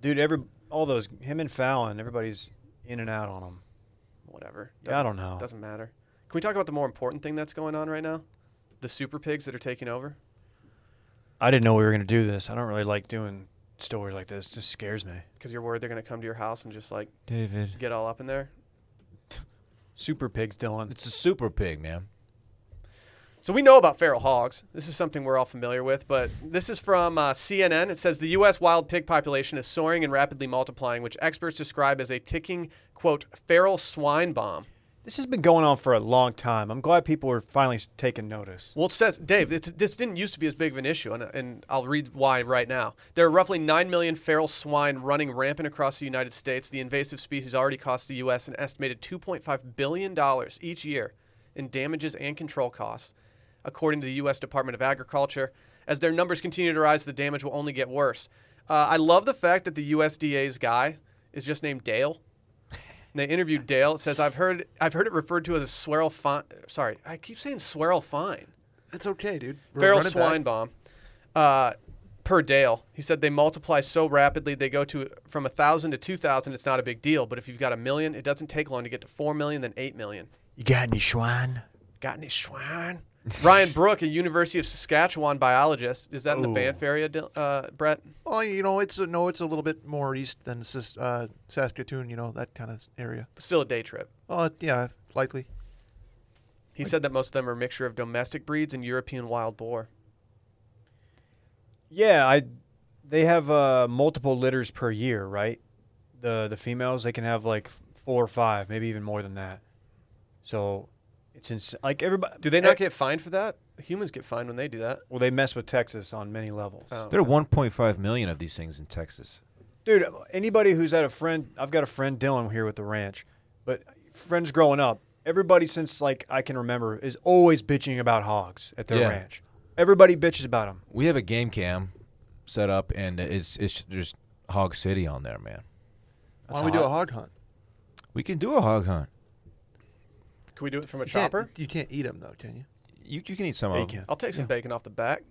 S2: Dude, every all those him and Fallon, everybody's in and out on him.
S1: Whatever.
S2: Yeah, I
S1: Doesn't-
S2: don't know.
S1: Doesn't matter. Can we talk about the more important thing that's going on right now? The super pigs that are taking over.
S2: I didn't know we were gonna do this. I don't really like doing stories like this. It just scares me.
S1: Because you're worried they're going to come to your house and just like
S3: David,
S1: get all up in there.
S2: Super pigs, Dylan.
S3: it's a super pig, man.
S1: So we know about feral hogs. This is something we're all familiar with, but this is from uh, CNN. It says the U.S. wild pig population is soaring and rapidly multiplying, which experts describe as a ticking, quote, feral swine bomb.
S2: This has been going on for a long time. I'm glad people are finally s- taking notice.
S1: Well, it says, Dave, it's, this didn't used to be as big of an issue, and, and I'll read why right now. There are roughly 9 million feral swine running rampant across the United States. The invasive species already costs the U.S. an estimated $2.5 billion each year in damages and control costs, according to the U.S. Department of Agriculture. As their numbers continue to rise, the damage will only get worse. Uh, I love the fact that the USDA's guy is just named Dale. And they interviewed Dale. It says, "I've heard, I've heard it referred to as a swirl fine. Sorry, I keep saying swirl fine
S4: It's okay, dude. We're
S1: feral
S4: running back.
S1: swine bomb uh, per Dale. He said they multiply so rapidly they go to from a thousand to two thousand. It's not a big deal, but if you've got a million, it doesn't take long to get to four million, then eight million.
S2: You got any schwan?
S1: Got any swine? Ryan Brook, a University of Saskatchewan biologist, is that in the
S2: Ooh.
S1: Banff area, Dil- uh, Brett?
S4: Oh, you know, it's a, no, it's a little bit more east than Sis- uh, Saskatoon. You know that kind of area.
S1: Still a day trip.
S4: Oh, yeah, likely.
S1: He said that most of them are a mixture of domestic breeds and European wild boar.
S2: Yeah, I. They have uh, multiple litters per year, right? The the females they can have like f- four or five, maybe even more than that. So it's ins- like everybody.
S1: Do
S4: Eh.
S1: they not get fined for that? Humans get fined when they do that.
S2: Well, they mess with Texas on many levels.
S1: Oh.
S3: There are 1.5 million of these things in Texas.
S2: Dude, anybody who's had a friend, I've got a friend Dylan here with the ranch, but friends growing up, everybody since like I can remember is always bitching about hogs at their
S3: Yeah.
S2: ranch. Everybody bitches about them.
S3: We have a game cam set up, and it's it's there's Hog City on there, man.
S4: Why don't we do a hog hunt?
S3: We can do a hog hunt.
S1: Can we do it from a
S4: You can't-
S1: chopper?
S4: You can't eat them though, can you?
S3: You you can eat some
S2: Hey,
S3: of
S2: Ken.
S3: them.
S1: I'll take some bacon off the back.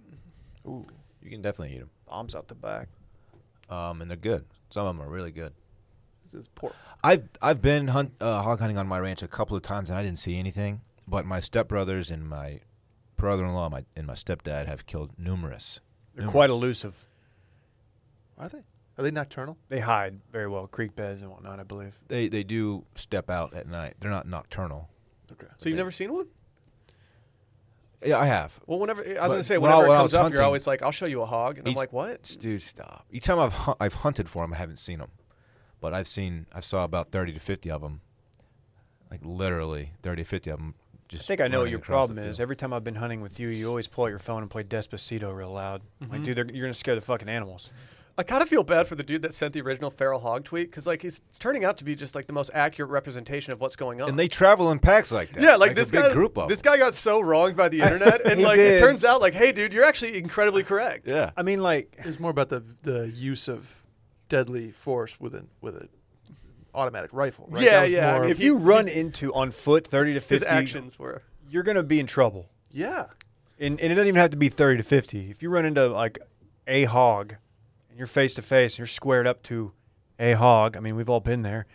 S4: Ooh.
S3: You can definitely eat them.
S2: Bombs out the back.
S3: Um, and they're good. Some of them are really good.
S4: This is pork.
S3: I've I've been hunt, uh, hog hunting on my ranch a couple of times and I didn't see anything. But my stepbrothers and my brother-in-law my, and my stepdad have killed numerous.
S2: They're
S3: numerous.
S2: quite elusive.
S4: Are they? Are they nocturnal?
S2: They hide very well, creek beds and whatnot, I believe.
S3: They they do step out at night. They're not nocturnal.
S4: Okay.
S1: So you've never seen one?
S3: Yeah, I have.
S1: Well, whenever I was
S3: But
S1: gonna say,
S3: when I-
S1: whenever it
S3: when I
S1: comes
S3: was
S1: up,
S3: hunting-
S1: you're always like, "I'll show you a hog," and I'm
S3: Each-
S1: like, "What?"
S3: Dude, stop. Each time I've hu- I've hunted for them, I haven't seen them, but I've seen I saw about thirty to fifty of them, like literally thirty to fifty of them.
S2: I
S3: Just
S2: think I know what
S3: running
S2: your
S3: across the
S2: problem is.
S3: field.
S2: Every time I've been hunting with you, you always pull out your phone and play Despacito real loud. I'm
S3: Mm-hmm.
S2: Like, dude, they're- you're gonna scare the fucking animals.
S1: I kind of feel bad for the dude that sent the original feral hog tweet because like he's it's turning out to be just like the most accurate representation of what's going on.
S3: and they travel in packs like that.
S1: yeah, like,
S3: a
S1: this
S3: big
S1: guy,
S3: group of
S1: this
S3: 'em.
S1: guy got so wronged by the internet, and
S2: He
S1: like it
S2: did.
S1: turns out, like, hey, dude, you're actually incredibly correct.
S3: Yeah,
S2: I mean, like,
S4: It's more about the the use of deadly force with an with an automatic rifle. Right?
S1: Yeah,
S4: That was
S1: yeah, I
S4: more
S1: mean,
S4: of-
S2: if you run into on foot thirty to
S1: His
S2: fifty
S1: actions were
S2: you're gonna be in trouble.
S4: Yeah.
S2: And, and it doesn't even have to be 30 to 50. If you run into like a hog and you're face to face and you're squared up to a hog, I mean, we've all been there.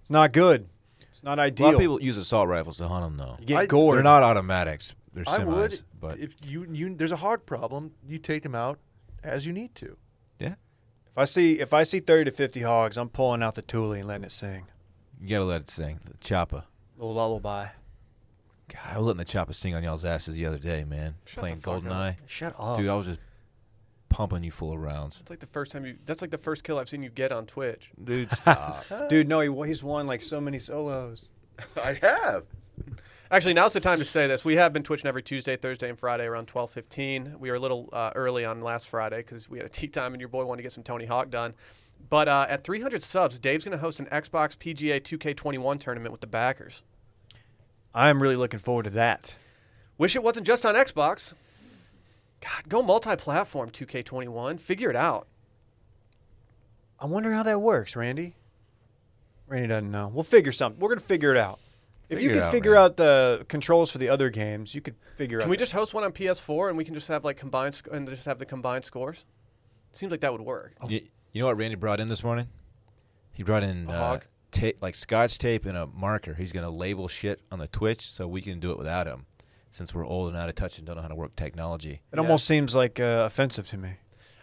S2: It's not good. It's not
S3: A
S2: ideal.
S3: lot of people use assault rifles to hunt them, though.
S2: you get
S4: I-
S2: gored.
S3: They're not automatics. They're
S4: I
S3: semis.
S4: would
S3: but
S4: if you you there's a hog problem, you take them out as you need to.
S3: yeah,
S2: if I see if I see 30 to 50 hogs, I'm pulling out the tule and letting it sing.
S3: you gotta let it sing. The choppa.
S2: little lullaby.
S3: God, I was letting the choppa sing on y'all's asses the other day, man. Playing Goldeneye.
S2: Shut up.
S3: Dude, I was just pumping you full of rounds.
S1: It's like the first time you. That's like the first kill I've seen you get on Twitch.
S3: Dude, stop.
S2: Dude, no, he, he's won like so many solos.
S1: I have. Actually, now's the time to say this. We have been twitching every Tuesday, Thursday, and Friday around twelve fifteen. We were a little uh, early on last Friday because we had a tea time, and your boy wanted to get some Tony Hawk done. But uh, at 300 subs, Dave's going to host an Xbox PGA 2K21 tournament with the backers.
S2: I'm really looking forward to that.
S1: Wish it wasn't just on Xbox. God, go multi-platform 2K21. Figure it out.
S2: I wonder how that works, Randy. Randy doesn't know. We'll figure something. We're gonna figure it out. If
S3: Figure
S2: you
S3: it
S2: could
S3: out,
S2: figure
S3: Randy.
S2: out the controls for the other games, you could figure out.
S1: Can we
S2: the-
S1: just host one on PS4 and we can just have like combined sc- and just have the combined scores? Seems like that would work.
S2: Oh.
S3: you, you know what Randy brought in this morning? He brought in
S1: A
S3: uh,
S1: hog?
S3: ta- like scotch tape and a marker. He's gonna label shit on the Twitch so we can do it without him. Since we're old and out of touch and don't know how to work technology.
S2: It almost seems like uh, offensive to me.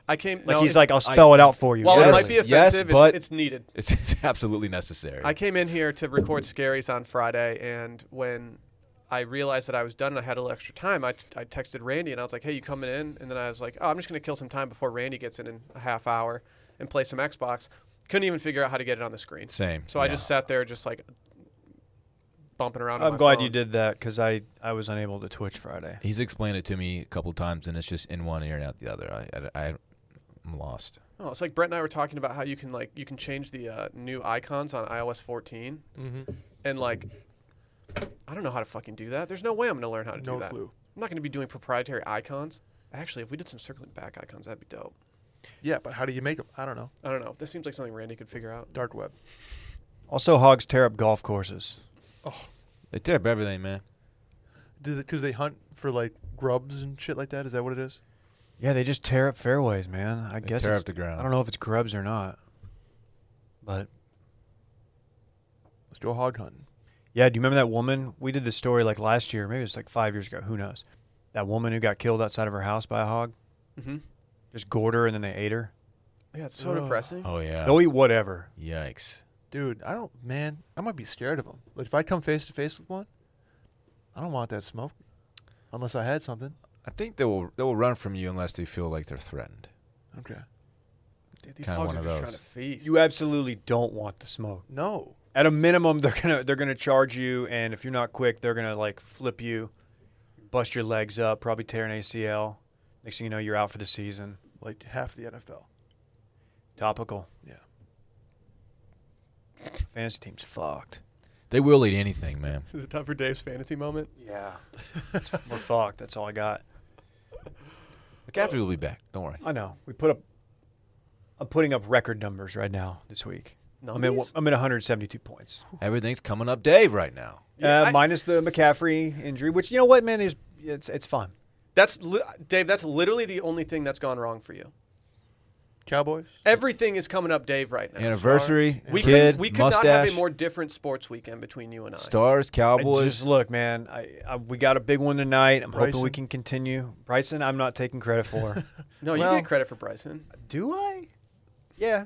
S1: I came.
S2: Like
S1: no,
S2: he's
S1: it-
S2: like, I'll spell it out for you.
S1: While it
S3: Yes,
S1: might be
S3: yes,
S1: offensive,
S3: but-
S1: it's, it's needed.
S3: It's, it's absolutely necessary.
S1: I came in here to record Scaries on Friday, and when I realized that I was done and I had a little extra time, I, I texted Randy and I was like, hey, you coming in? And then I was like, oh, I'm just going to kill some time before Randy gets in in a half hour and play some Xbox. Couldn't even figure out how to get it on the screen.
S3: Same.
S1: So I
S3: yeah.
S1: just sat there, just like bumping around. on
S2: I'm
S1: my
S2: glad
S1: phone.
S2: you did that because I, I was unable to Twitch Friday.
S3: He's explained it to me a couple times, and it's just in one ear and out the other. I, I, I'm lost.
S1: Oh, it's like Brett and I were talking about how you can like you can change the uh, new icons on iOS 14,
S4: Mm-hmm.
S1: and like I don't know how to fucking do that. There's no way I'm gonna learn how to
S4: No
S1: do that.
S4: clue.
S1: I'm not gonna be doing proprietary icons. Actually, if we did some circling back icons, that'd be dope.
S4: Yeah, but how do you make them? I don't know.
S1: I don't know. That seems like something Randy could figure out.
S4: Dark web.
S2: Also, hogs tear up golf courses.
S3: They tear up everything, man.
S4: Do because they hunt for like grubs and shit like that. Is that what it is?
S2: Yeah, they just tear up fairways, man. I guess
S3: tear
S2: it's-
S3: up the ground.
S2: I don't know if it's grubs or not, but
S4: Let's do a hog hunting.
S2: Yeah, do you remember that woman? We did this story like last year, maybe it was like five years ago. Who knows? That woman who got killed outside of her house by a hog,
S1: Mm-hmm.
S2: just gored her and then they ate her.
S1: Yeah, it's so
S4: Ugh.
S1: depressing.
S3: Oh yeah.
S2: They'll eat whatever.
S3: Yikes.
S4: Dude, I don't. Man, I might be scared of them. Like if I come face to face with one, I don't want that smoke, unless I had something.
S3: I think they will. They will run from you unless they feel like they're threatened.
S4: Okay.
S1: Dude, these
S3: Kinda
S1: hogs
S3: one
S1: are
S3: of
S1: just
S3: those.
S1: trying to feast.
S2: You absolutely don't want the smoke.
S4: No.
S2: At a minimum, they're gonna they're gonna charge you, and if you're not quick, they're gonna like flip you, bust your legs up, probably tear an ACL. Next thing you know, you're out for the season.
S4: Like half the NFL.
S2: Topical.
S4: Yeah.
S2: Fantasy team's fucked.
S3: They will eat anything, man.
S1: Is it time for Dave's fantasy moment?
S2: Yeah, we're fucked. That's all I got.
S3: McCaffrey will be back. Don't worry.
S2: I know. We put up. I'm putting up record numbers right now this week. I'm at,
S1: Numbies?
S2: I'm at 172 points.
S3: Everything's coming up, Dave, right now.
S1: Yeah,
S2: uh,
S1: I-
S2: minus the McCaffrey injury, which you know what, man, is it's it's fun.
S1: That's li- Dave. That's literally the only thing that's gone wrong for you.
S4: Cowboys.
S1: Everything is coming up, Dave. Right now.
S3: Anniversary,
S1: We
S3: kid,
S1: could, we could
S3: mustache,
S1: not have a more different sports weekend between you and I.
S3: stars,
S2: I
S3: Cowboys.
S2: just look, man. I, I we got a big one tonight. I'm hoping we
S4: Bryson.
S2: can continue. Bryson, I'm not taking credit for.
S1: No,
S2: Well-
S1: you get credit for Bryson.
S2: Do I? Yeah.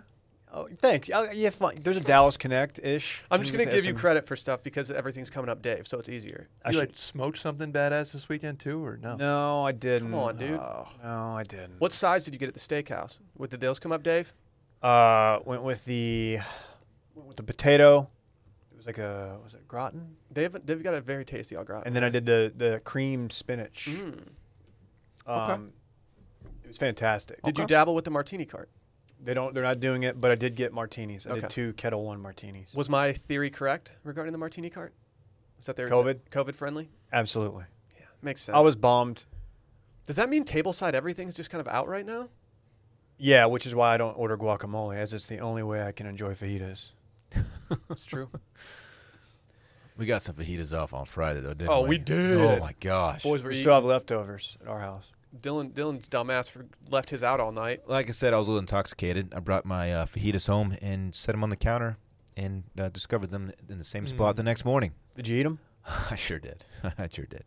S2: Oh, thanks. Oh, yeah, fine. There's a Dallas Connect ish.
S1: I'm just going to give you credit for stuff because everything's coming up, Dave, so it's easier.
S2: I
S4: you
S2: should-
S4: like smoked something badass this weekend too, or no?
S2: No, I didn't.
S1: Come on, dude.
S2: No, I didn't.
S1: What size did you get at the steakhouse? What, did those come up, Dave?
S2: Uh, went with the went with the potato. It was like a was it gratin?
S1: They've, they've got a very tasty au gratin.
S2: And then I did the the cream spinach.
S1: Mm.
S2: Um, it was fantastic.
S1: Did you dabble with the martini cart?
S2: They don't. They're not doing it, but I did get martinis. I did
S1: Okay.
S2: two kettle one martinis.
S1: Was my theory correct regarding the martini cart? Was that they're
S2: COVID?
S1: COVID friendly?
S2: Absolutely.
S1: Yeah, makes sense.
S2: I was bummed.
S1: Does that mean tableside everything's just kind of out right now?
S2: Yeah, which is why I don't order guacamole, as it's the only way I can enjoy fajitas.
S1: It's true.
S3: We got some fajitas off on Friday though, didn't
S1: Oh,
S3: we?
S1: we did.
S3: Oh my gosh.
S1: Boys were
S2: We
S1: eating.
S2: still have leftovers at our house.
S1: Dylan Dylan's dumbass for, left his out all night.
S3: like I said, I was a little intoxicated. I brought my uh, fajitas home and set them on the counter, and uh, discovered them in the same spot
S1: Hmm.
S3: the next morning.
S2: Did you eat them?
S3: I sure did. I sure did.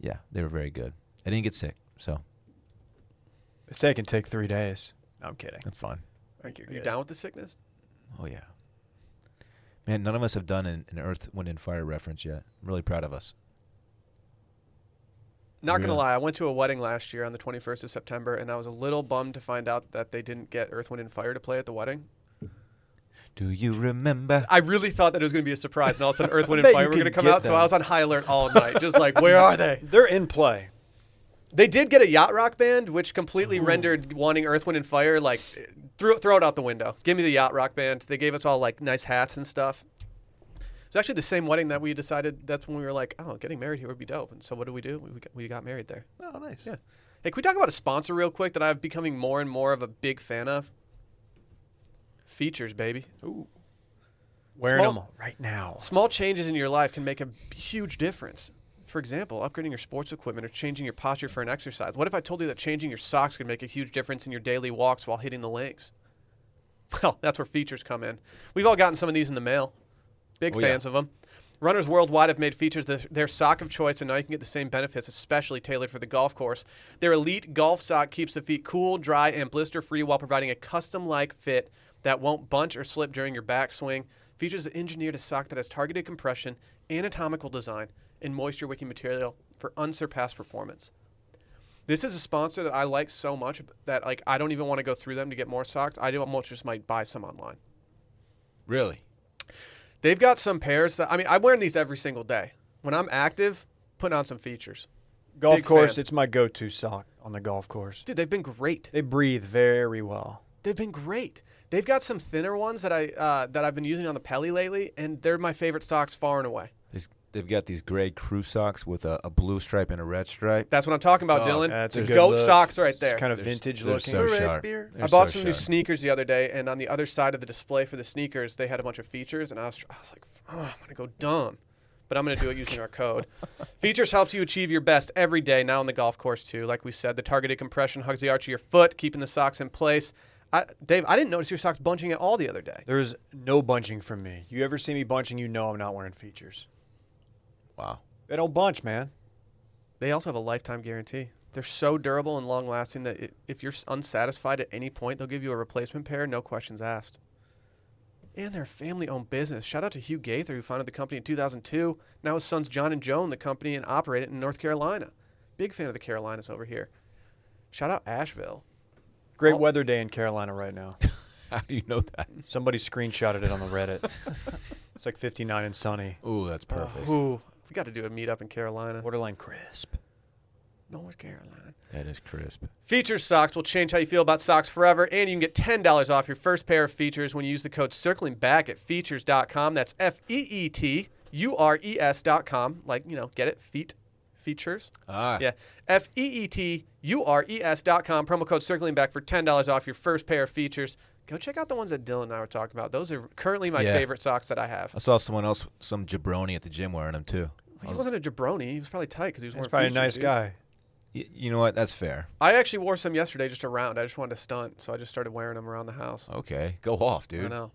S3: Yeah, they were very good. I didn't get sick, so
S2: They say it can take three days. No, I'm kidding.
S3: that's fine.
S2: I think you're
S1: You
S2: good.
S1: down with the sickness?
S3: Oh yeah. Man, none of us have done an, an Earth, Wind, and Fire reference yet. I'm really proud of us.
S1: Not gonna
S3: Yeah.
S1: lie, I went to a wedding last year on the 21st of September, and I was a little bummed to find out that they didn't get Earth, Wind, and Fire to play at the wedding.
S3: Do you remember?
S1: I really thought that it was gonna be a surprise, and all of a sudden Earth, Wind,
S2: bet
S1: and
S2: you
S1: Fire were
S2: can
S1: gonna come
S2: get
S1: out. So
S2: them.
S1: I was on high alert all night, just like, where are they?
S2: They're in play.
S1: They did get a yacht rock band, which completely rendered wanting Earth, Wind, and Fire like throw throw it out the window. Give me the yacht rock band. They gave us all like nice hats and stuff. It's actually the same wedding that we decided. That's when we were like, oh, getting married here would be dope. And so what did we do? We we got, we got married there.
S4: Oh, nice.
S1: Yeah. Hey, can we talk about a sponsor real quick that I'm becoming more and more of a big fan of? Features, baby.
S2: Wearing
S1: Small-
S2: them right now.
S1: Small changes in your life can make a huge difference. For example, upgrading your sports equipment or changing your posture for an exercise. What if I told you that changing your socks could make a huge difference in your daily walks while hitting the links? Well, that's where features come in. We've all gotten some of these in the mail. Big
S3: Oh, yeah.
S1: fans of them. Runners worldwide have made features th- their sock of choice, and now you can get the same benefits, especially tailored for the golf course. Their elite golf sock keeps the feet cool, dry, and blister free while providing a custom like fit that won't bunch or slip during your backswing. Features engineered a sock that has targeted compression, anatomical design, and moisture wicking material for unsurpassed performance. This is a sponsor that I like so much that like I don't even want to go through them to get more socks. I do almost just might buy some online.
S3: Really?
S1: They've got some pairs that I mean, I'm wearing these every single day. When I'm active, putting on some features.
S2: Golf
S1: Big
S2: course,
S1: fan.
S2: it's my go to sock on the golf course.
S1: Dude, they've been great.
S2: They breathe very well.
S1: They've been great. They've got some thinner ones that I uh, that I've been using on the Pelly lately, and they're my favorite socks far and away.
S3: These- They've got these gray crew socks with a, a blue stripe and a red stripe.
S1: That's what I'm talking about,
S3: Oh,
S1: Dylan.
S2: that's a
S1: There's
S2: good
S1: goat
S2: look.
S1: socks right there.
S2: It's kind of
S3: They're s-
S2: vintage
S3: they're
S2: looking.
S3: So
S4: Red
S3: sharp.
S4: beer.
S3: They're
S1: I bought
S3: so
S1: some new
S3: sharp.
S1: sneakers the other day, and on the other side of the display for the sneakers, they had a bunch of features, and I was, I was like, oh, I'm gonna go dumb, but I'm gonna do it using our code. features helps you achieve your best every day. Now on the golf course too, like we said, the targeted compression hugs the arch of your foot, keeping the socks in place. I, Dave, I didn't notice your socks bunching at all the other day.
S2: There's no bunching from me. You ever see me bunching, you know I'm not wearing features.
S3: Wow.
S2: They don't bunch, man.
S1: They also have a lifetime guarantee. They're so durable and long lasting that it, if you're unsatisfied at any point, they'll give you a replacement pair, no questions asked. And they're a family owned business. Shout out to Hugh Gaither, who founded the company in 2002. Now his sons John and Joan, the company, and operate it in North Carolina. Big fan of the Carolinas over here. Shout out Asheville.
S2: Great
S1: Oh.
S2: weather day in Carolina right now.
S3: How do you know that?
S2: Somebody screenshotted it on the Reddit. it's like 59 and sunny.
S3: Oh. Ooh, that's perfect.
S1: Ooh, we got to do a meetup in Carolina.
S2: Borderline crisp.
S1: North Carolina.
S3: That is crisp.
S1: Feature socks will change how you feel about socks forever, and you can get $10 off your first pair of features when you use the code circling back at features.com. That's F E E T U R E S.com. Like, you know, get it? Feet features.
S3: Ah.
S1: Yeah. F E E T U R E S.com. Promo code circling back for $10 off your first pair of features. Go check out the ones that Dylan and I were talking about. Those are currently my
S3: Yeah.
S1: favorite socks that I have.
S3: I saw someone else, some jabroni at the gym wearing them too. I
S1: He
S3: was-
S1: wasn't a jabroni. He was probably tight because he was
S2: He's
S1: wearing
S2: probably a
S1: features,
S2: nice
S1: dude.
S2: guy.
S3: y- you know what? That's fair.
S1: I actually wore some yesterday just around. I just wanted to stunt, so I just started wearing them around the house.
S3: Okay, go off, dude.
S1: I know.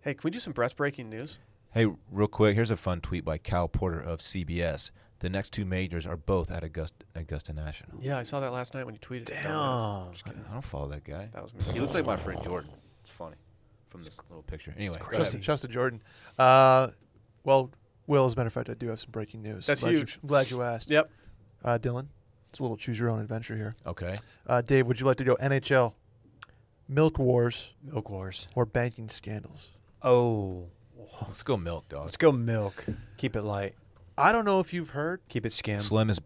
S1: Hey, can we do some breath breaking news?
S3: Hey, real quick, here's a fun tweet by Cal Porter of CBS. The next two majors are both at Augusta, Augusta National.
S1: Yeah, I saw that last night when you tweeted. it. Dumbass.
S2: Damn.
S1: Just
S3: I,
S1: kidding.
S3: I don't follow that guy.
S1: That was me.
S3: He looks like my friend Jordan. It's funny from this little picture. Anyway, go
S4: Shouts
S3: ahead.
S4: to- shouts to Jordan. Uh, well, Will, as a matter of fact, I do have some breaking news.
S1: That's
S4: Glad you-
S1: huge.
S4: I'm glad you asked.
S1: Yep.
S4: Uh, Dylan, it's a little choose your own adventure here.
S3: okay.
S4: Uh, Dave, would you like to go NHL, milk wars,
S2: Milk Wars.
S4: or banking scandals?
S2: Oh.
S3: Let's go milk, dog.
S2: Let's go milk. Keep it light.
S4: I don't know if you've heard.
S2: Keep it skim.
S3: Slim is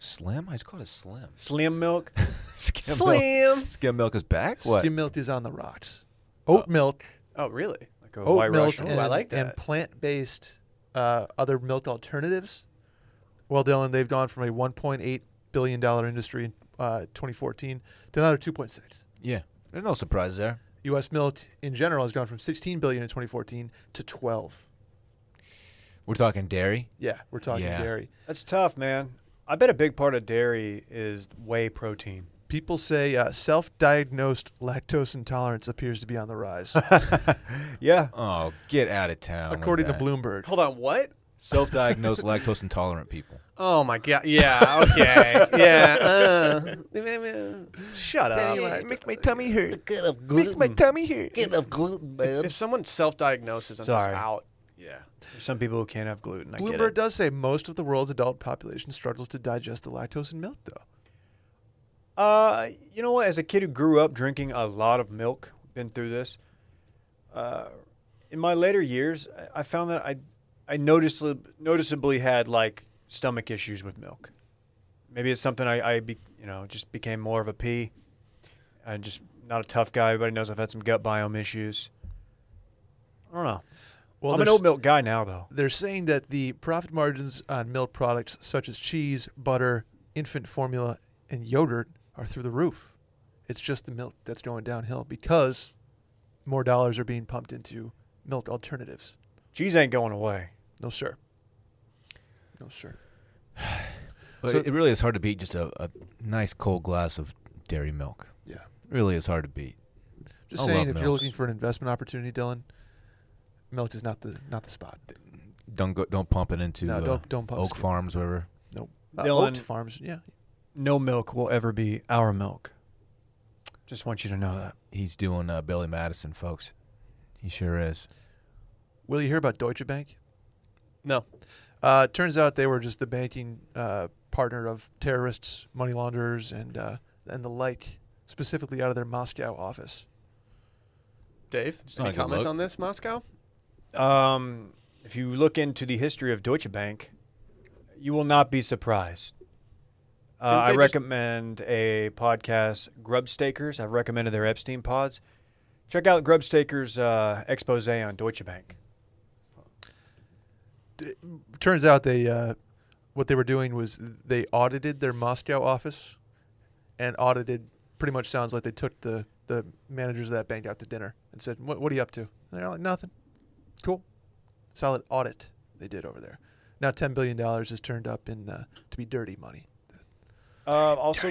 S3: slim. I just called it slim.
S2: Slim milk.
S3: Skim
S1: Slim.
S3: Milk. Skim milk is back. What?
S4: Skim milk is on the rocks. Oat milk,
S1: Oh, really?
S2: Like a
S4: oat
S2: White
S4: milk,
S2: Russian.
S3: Oh,
S4: and,
S1: I like that.
S4: and plant-based uh, other milk alternatives. Well, Dylan, they've gone from a 1.8 billion dollar industry in uh, 2014 to another 2.6.
S3: yeah. There's no surprise there.
S4: U.S. milk in general has gone from 16 billion in 2014 to 12.
S3: We're talking dairy.
S4: Yeah, we're talking
S3: Yeah.
S4: dairy.
S2: That's tough, man. I bet a big part of dairy is whey protein.
S4: People say uh, self-diagnosed lactose intolerance appears to be on the rise,
S2: Yeah.
S3: Oh, get out of town. with
S4: according to
S3: that.
S4: Bloomberg.
S1: Hold on, what?
S3: Self-diagnosed lactose intolerant people.
S1: Oh my god. Yeah. Okay. yeah. Uh, shut up.
S3: makes my tummy hurt. Get up Makes my tummy hurt. Get up gluten, man.
S1: If someone self-diagnoses, I'm
S2: Sorry.
S1: just out.
S3: Yeah.
S2: There's some people who can't have gluten. I get
S4: Bloomberg
S2: it.
S4: does say most of the world's adult population struggles to digest the lactose in milk, though.
S2: Uh, you know what? As a kid who grew up drinking a lot of milk, been through this. Uh, in my later years, I- I found that I, I noticeably, noticeably had like stomach issues with milk. Maybe it's something I, I be, you know, just became more of a pee. I'm just not a tough guy. Everybody knows I've had some gut biome issues. I don't know.
S4: Well,
S2: I'm an
S4: there's-
S2: oat milk guy now, though.
S4: They're saying that the profit margins on milk products such as cheese, butter, infant formula, and yogurt are through the roof. It's just the milk that's going downhill because more dollars are being pumped into milk alternatives.
S2: Cheese ain't going away.
S4: No, sir. No, sir.
S3: But
S4: So-
S3: it really is hard to beat just a, a nice cold glass of dairy milk.
S4: Yeah.
S3: Really is hard to beat.
S4: Just
S3: I
S4: saying, if
S3: love
S4: you're
S3: milks.
S4: looking for an investment opportunity, Dylan, milk is not the not the spot.
S3: Don't go, don't pump it into
S4: No,
S3: uh,
S4: don't- don't pump
S3: Oak
S4: it.
S3: Farms, wherever.
S4: Nope. Uh,
S2: Dylan-
S4: Oat farms, yeah.
S2: No milk will ever be our milk. Just want you to know that.
S3: He's doing uh, Billy Madison, folks. He sure is.
S4: Will you hear about Deutsche Bank?
S1: No.
S4: Uh, turns out they were just the banking uh, partner of terrorists, money launderers, and uh, and the like, specifically out of their Moscow office.
S1: Dave,
S3: It's not
S1: any
S3: a good
S1: comment
S3: look.
S1: on this, Moscow?
S2: Um, if you look into the history of Deutsche Bank, you will not be surprised. Uh,
S1: Didn't
S2: I
S1: they just-
S2: recommend a podcast, Grubstakers. I've recommended their Epstein pods. Check out Grubstakers' uh, expose on Deutsche Bank.
S4: Turns out they uh, what they were doing was they audited their Moscow office, and audited pretty much sounds like they took the the managers of that bank out to dinner and said, "What, what are you up to?" And they're like, "Nothing." Cool, solid audit they did over there. Now ten billion dollars is turned up in uh, to be dirty money.
S2: Uh, also,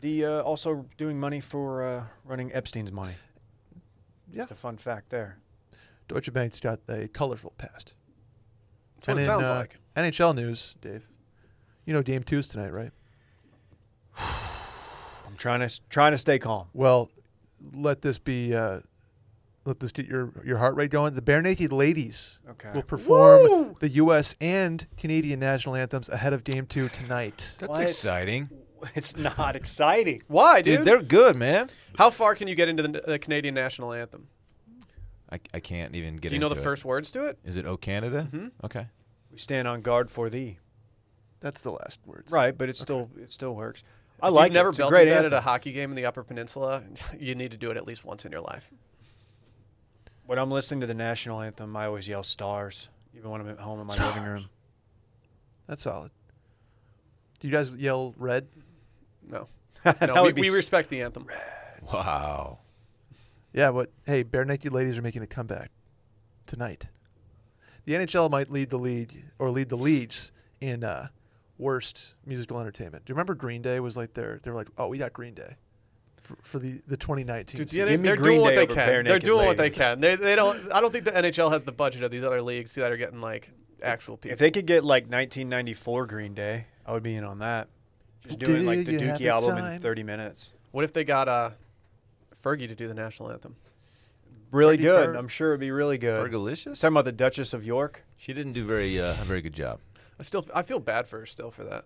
S2: the uh, also doing money for uh, running Epstein's money.
S4: Yeah.
S2: Just a fun fact there.
S4: Deutsche Bank's got a colorful past.
S1: That's what it
S4: in,
S1: sounds
S4: uh,
S1: like.
S4: NHL news, Dave. You know game two's tonight, right?
S2: I'm trying to s- trying to stay calm.
S4: Well, let this be. Uh, let this get your your heart rate going. The Bare Naked Ladies
S2: Okay.
S4: will perform the U.S. and Canadian national anthems ahead of game two tonight.
S3: That's
S2: What?
S3: exciting.
S2: It's not exciting.
S1: Why,
S3: Dude,
S1: dude?
S3: they're good, man.
S1: How far can you get into the, the Canadian national anthem?
S3: I, I can't even get
S1: Do you know the
S3: into it.
S1: first words to it?
S3: Is it O Canada? Okay.
S2: We stand on guard for thee.
S4: That's the last words.
S2: Right, but it still it still works. I
S1: If
S2: like
S1: you've never
S2: it. It's a
S1: belted
S2: great
S1: that
S2: anthem.
S1: at a hockey game in the Upper Peninsula. You need to do it at least once in your life.
S2: When I'm listening to the national anthem, I always yell stars, even when I'm at home in my living room.
S4: That's solid. Do you guys yell red?
S1: No,
S2: That
S1: no, we,
S2: would be
S1: we
S2: s-
S1: respect the anthem.
S3: Wow.
S4: Yeah, but hey, Bare Naked Ladies are making a comeback tonight. The NHL might lead the league or lead the leads in uh, worst musical entertainment. Do you remember Green Day was like their they were like, oh, we got Green Day for, for the the 2019.
S1: Dude, the
S4: season.
S1: NH-
S2: Give me
S1: they're
S2: Green
S1: doing what
S2: Day
S1: they
S2: over Bare
S1: can. They're
S2: Naked
S1: doing what they
S2: Ladies.
S1: can. They, they don't. I don't think the NHL has the budget of these other leagues that are getting like actual people.
S2: If they could get like 1994 Green Day, I would be in on that. Just
S4: Do
S2: doing like the
S4: you have
S2: Dookie
S4: the
S2: album in
S4: time?
S2: 30 minutes.
S1: what if they got uh, Fergie to do the national anthem?
S2: Really
S1: Fergie
S2: good.
S1: Ferg-
S2: I'm sure it'd be really good.
S3: Fergalicious?
S2: Talking about the Duchess of York.
S3: She didn't do very uh, a very good job.
S1: I still. I feel bad for her still for that.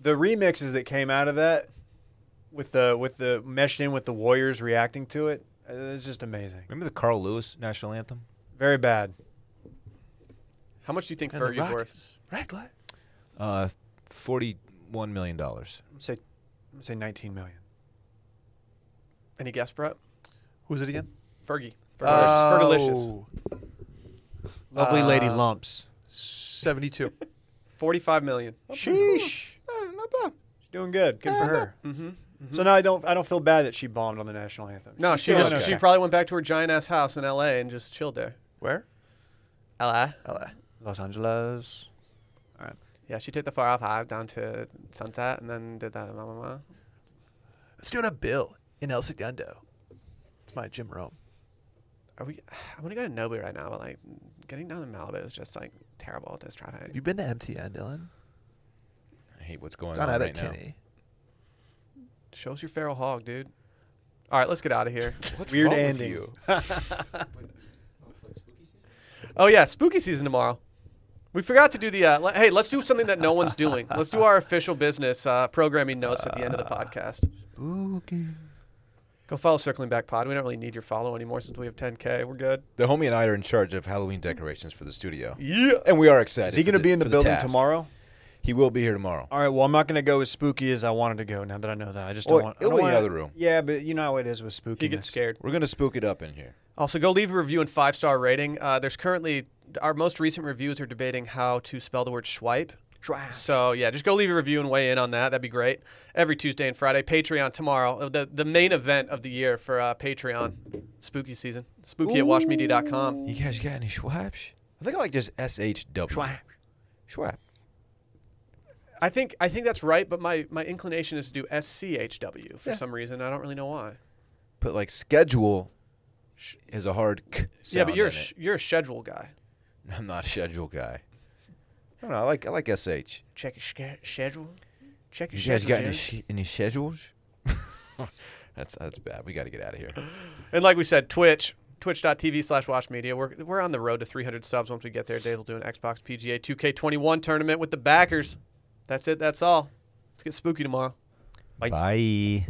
S2: The remixes that came out of that, with the with the meshed in with the Warriors reacting to it, uh, it's just amazing.
S3: Remember the Carl Lewis national anthem?
S2: Very bad.
S1: How much do you think
S4: And the
S1: Fergie's worth?
S4: Rockets. Right, Glenn?
S3: Uh, forty-one million dollars.
S2: I'm gonna say, I'm gonna say 19 million.
S1: Any guess, Brett?
S4: Who's it again?
S1: Fergie. Fergalicious. Fergalicious.
S4: Oh,
S2: Lovely lady
S4: Uh,
S2: lumps.
S4: 72.
S1: Forty-five million.
S2: Sheesh.
S3: not bad.
S2: She's doing good. Good for her.
S1: Mm-hmm.
S2: So now I don't I don't feel bad that she bombed on the national anthem.
S1: No,
S2: She's
S1: she
S2: doing
S1: just.
S2: okay.
S1: She probably went back to her giant ass house in L.A. and just chilled there.
S4: Where?
S1: L.A.
S4: LA.
S2: Los Angeles. All right.
S1: Yeah, she took the 405 down to Sunset and then did that. Blah, blah, blah.
S4: Let's go to Bill in El Segundo. It's my Jim Rome.
S1: Are we? I'm gonna go to Nobu right now, but like getting down to Malibu is just like terrible with this traffic.
S4: Have you been to MTN, Dylan?
S3: I hate what's going
S4: It's on
S3: on
S4: Abbott
S3: right now.
S4: Kinney.
S1: Show us your feral hog, dude. All right, let's get out of here.
S2: Weird
S3: wrong with
S2: ending.
S3: you?
S1: oh yeah, spooky season tomorrow. We forgot to do the. Uh, le- hey, let's do something that no one's doing. Let's do our official business uh, programming notes at the end of the podcast.
S4: Spooky.
S1: Go follow Circling Back Pod. We don't really need your follow anymore since we have 10k. We're good.
S3: The homie and I are in charge of Halloween decorations for the studio,
S1: Yeah.
S3: and we are excited.
S2: Is he
S3: for
S2: going to be in the
S3: for
S2: building
S3: task.
S2: tomorrow?
S3: He will be here tomorrow.
S2: All right. Well, I'm not going to go as spooky as I wanted to go. Now that I know that, I just
S3: Well,
S2: don't want. I
S3: it'll
S2: don't
S3: be
S2: wanna-
S3: another room.
S2: Yeah, but you know how it is with spooky.
S1: He gets scared.
S3: We're going to spook it up in here.
S1: Also, go leave a review and five star rating. Uh, there's currently our most recent reviews are debating how to spell the word swipe. So yeah, just go leave a review and weigh in on that. That'd be great. Every Tuesday and Friday, Patreon tomorrow, uh, the the main event of the year for uh, Patreon, spooky season, spooky at washmedia.com.
S3: You guys got any Schwabs? I think I like just S H W. Schwab. Schwab.
S1: I think I think that's right, but my my inclination is to do S C H W for
S3: Yeah.
S1: some reason. I don't really know why.
S3: But like schedule sh- is a hard k sound.
S1: yeah, but you're a
S3: in
S1: sh-
S3: it.
S1: you're a schedule guy.
S3: I'm not a schedule guy. I don't know. I like I like SH.
S1: Check your sch- schedule. Check your
S3: You
S1: schedule.
S3: guys got any,
S1: dude.
S3: sh- any schedules? that's that's bad. We got to get out of here.
S1: And like we said, Twitch, twitch.tv slash watch media. We're, we're on the road to 300 subs once we get there. Dave will do an Xbox PGA 2K21 tournament with the backers. That's it. That's all. Let's get spooky tomorrow.
S3: Bye.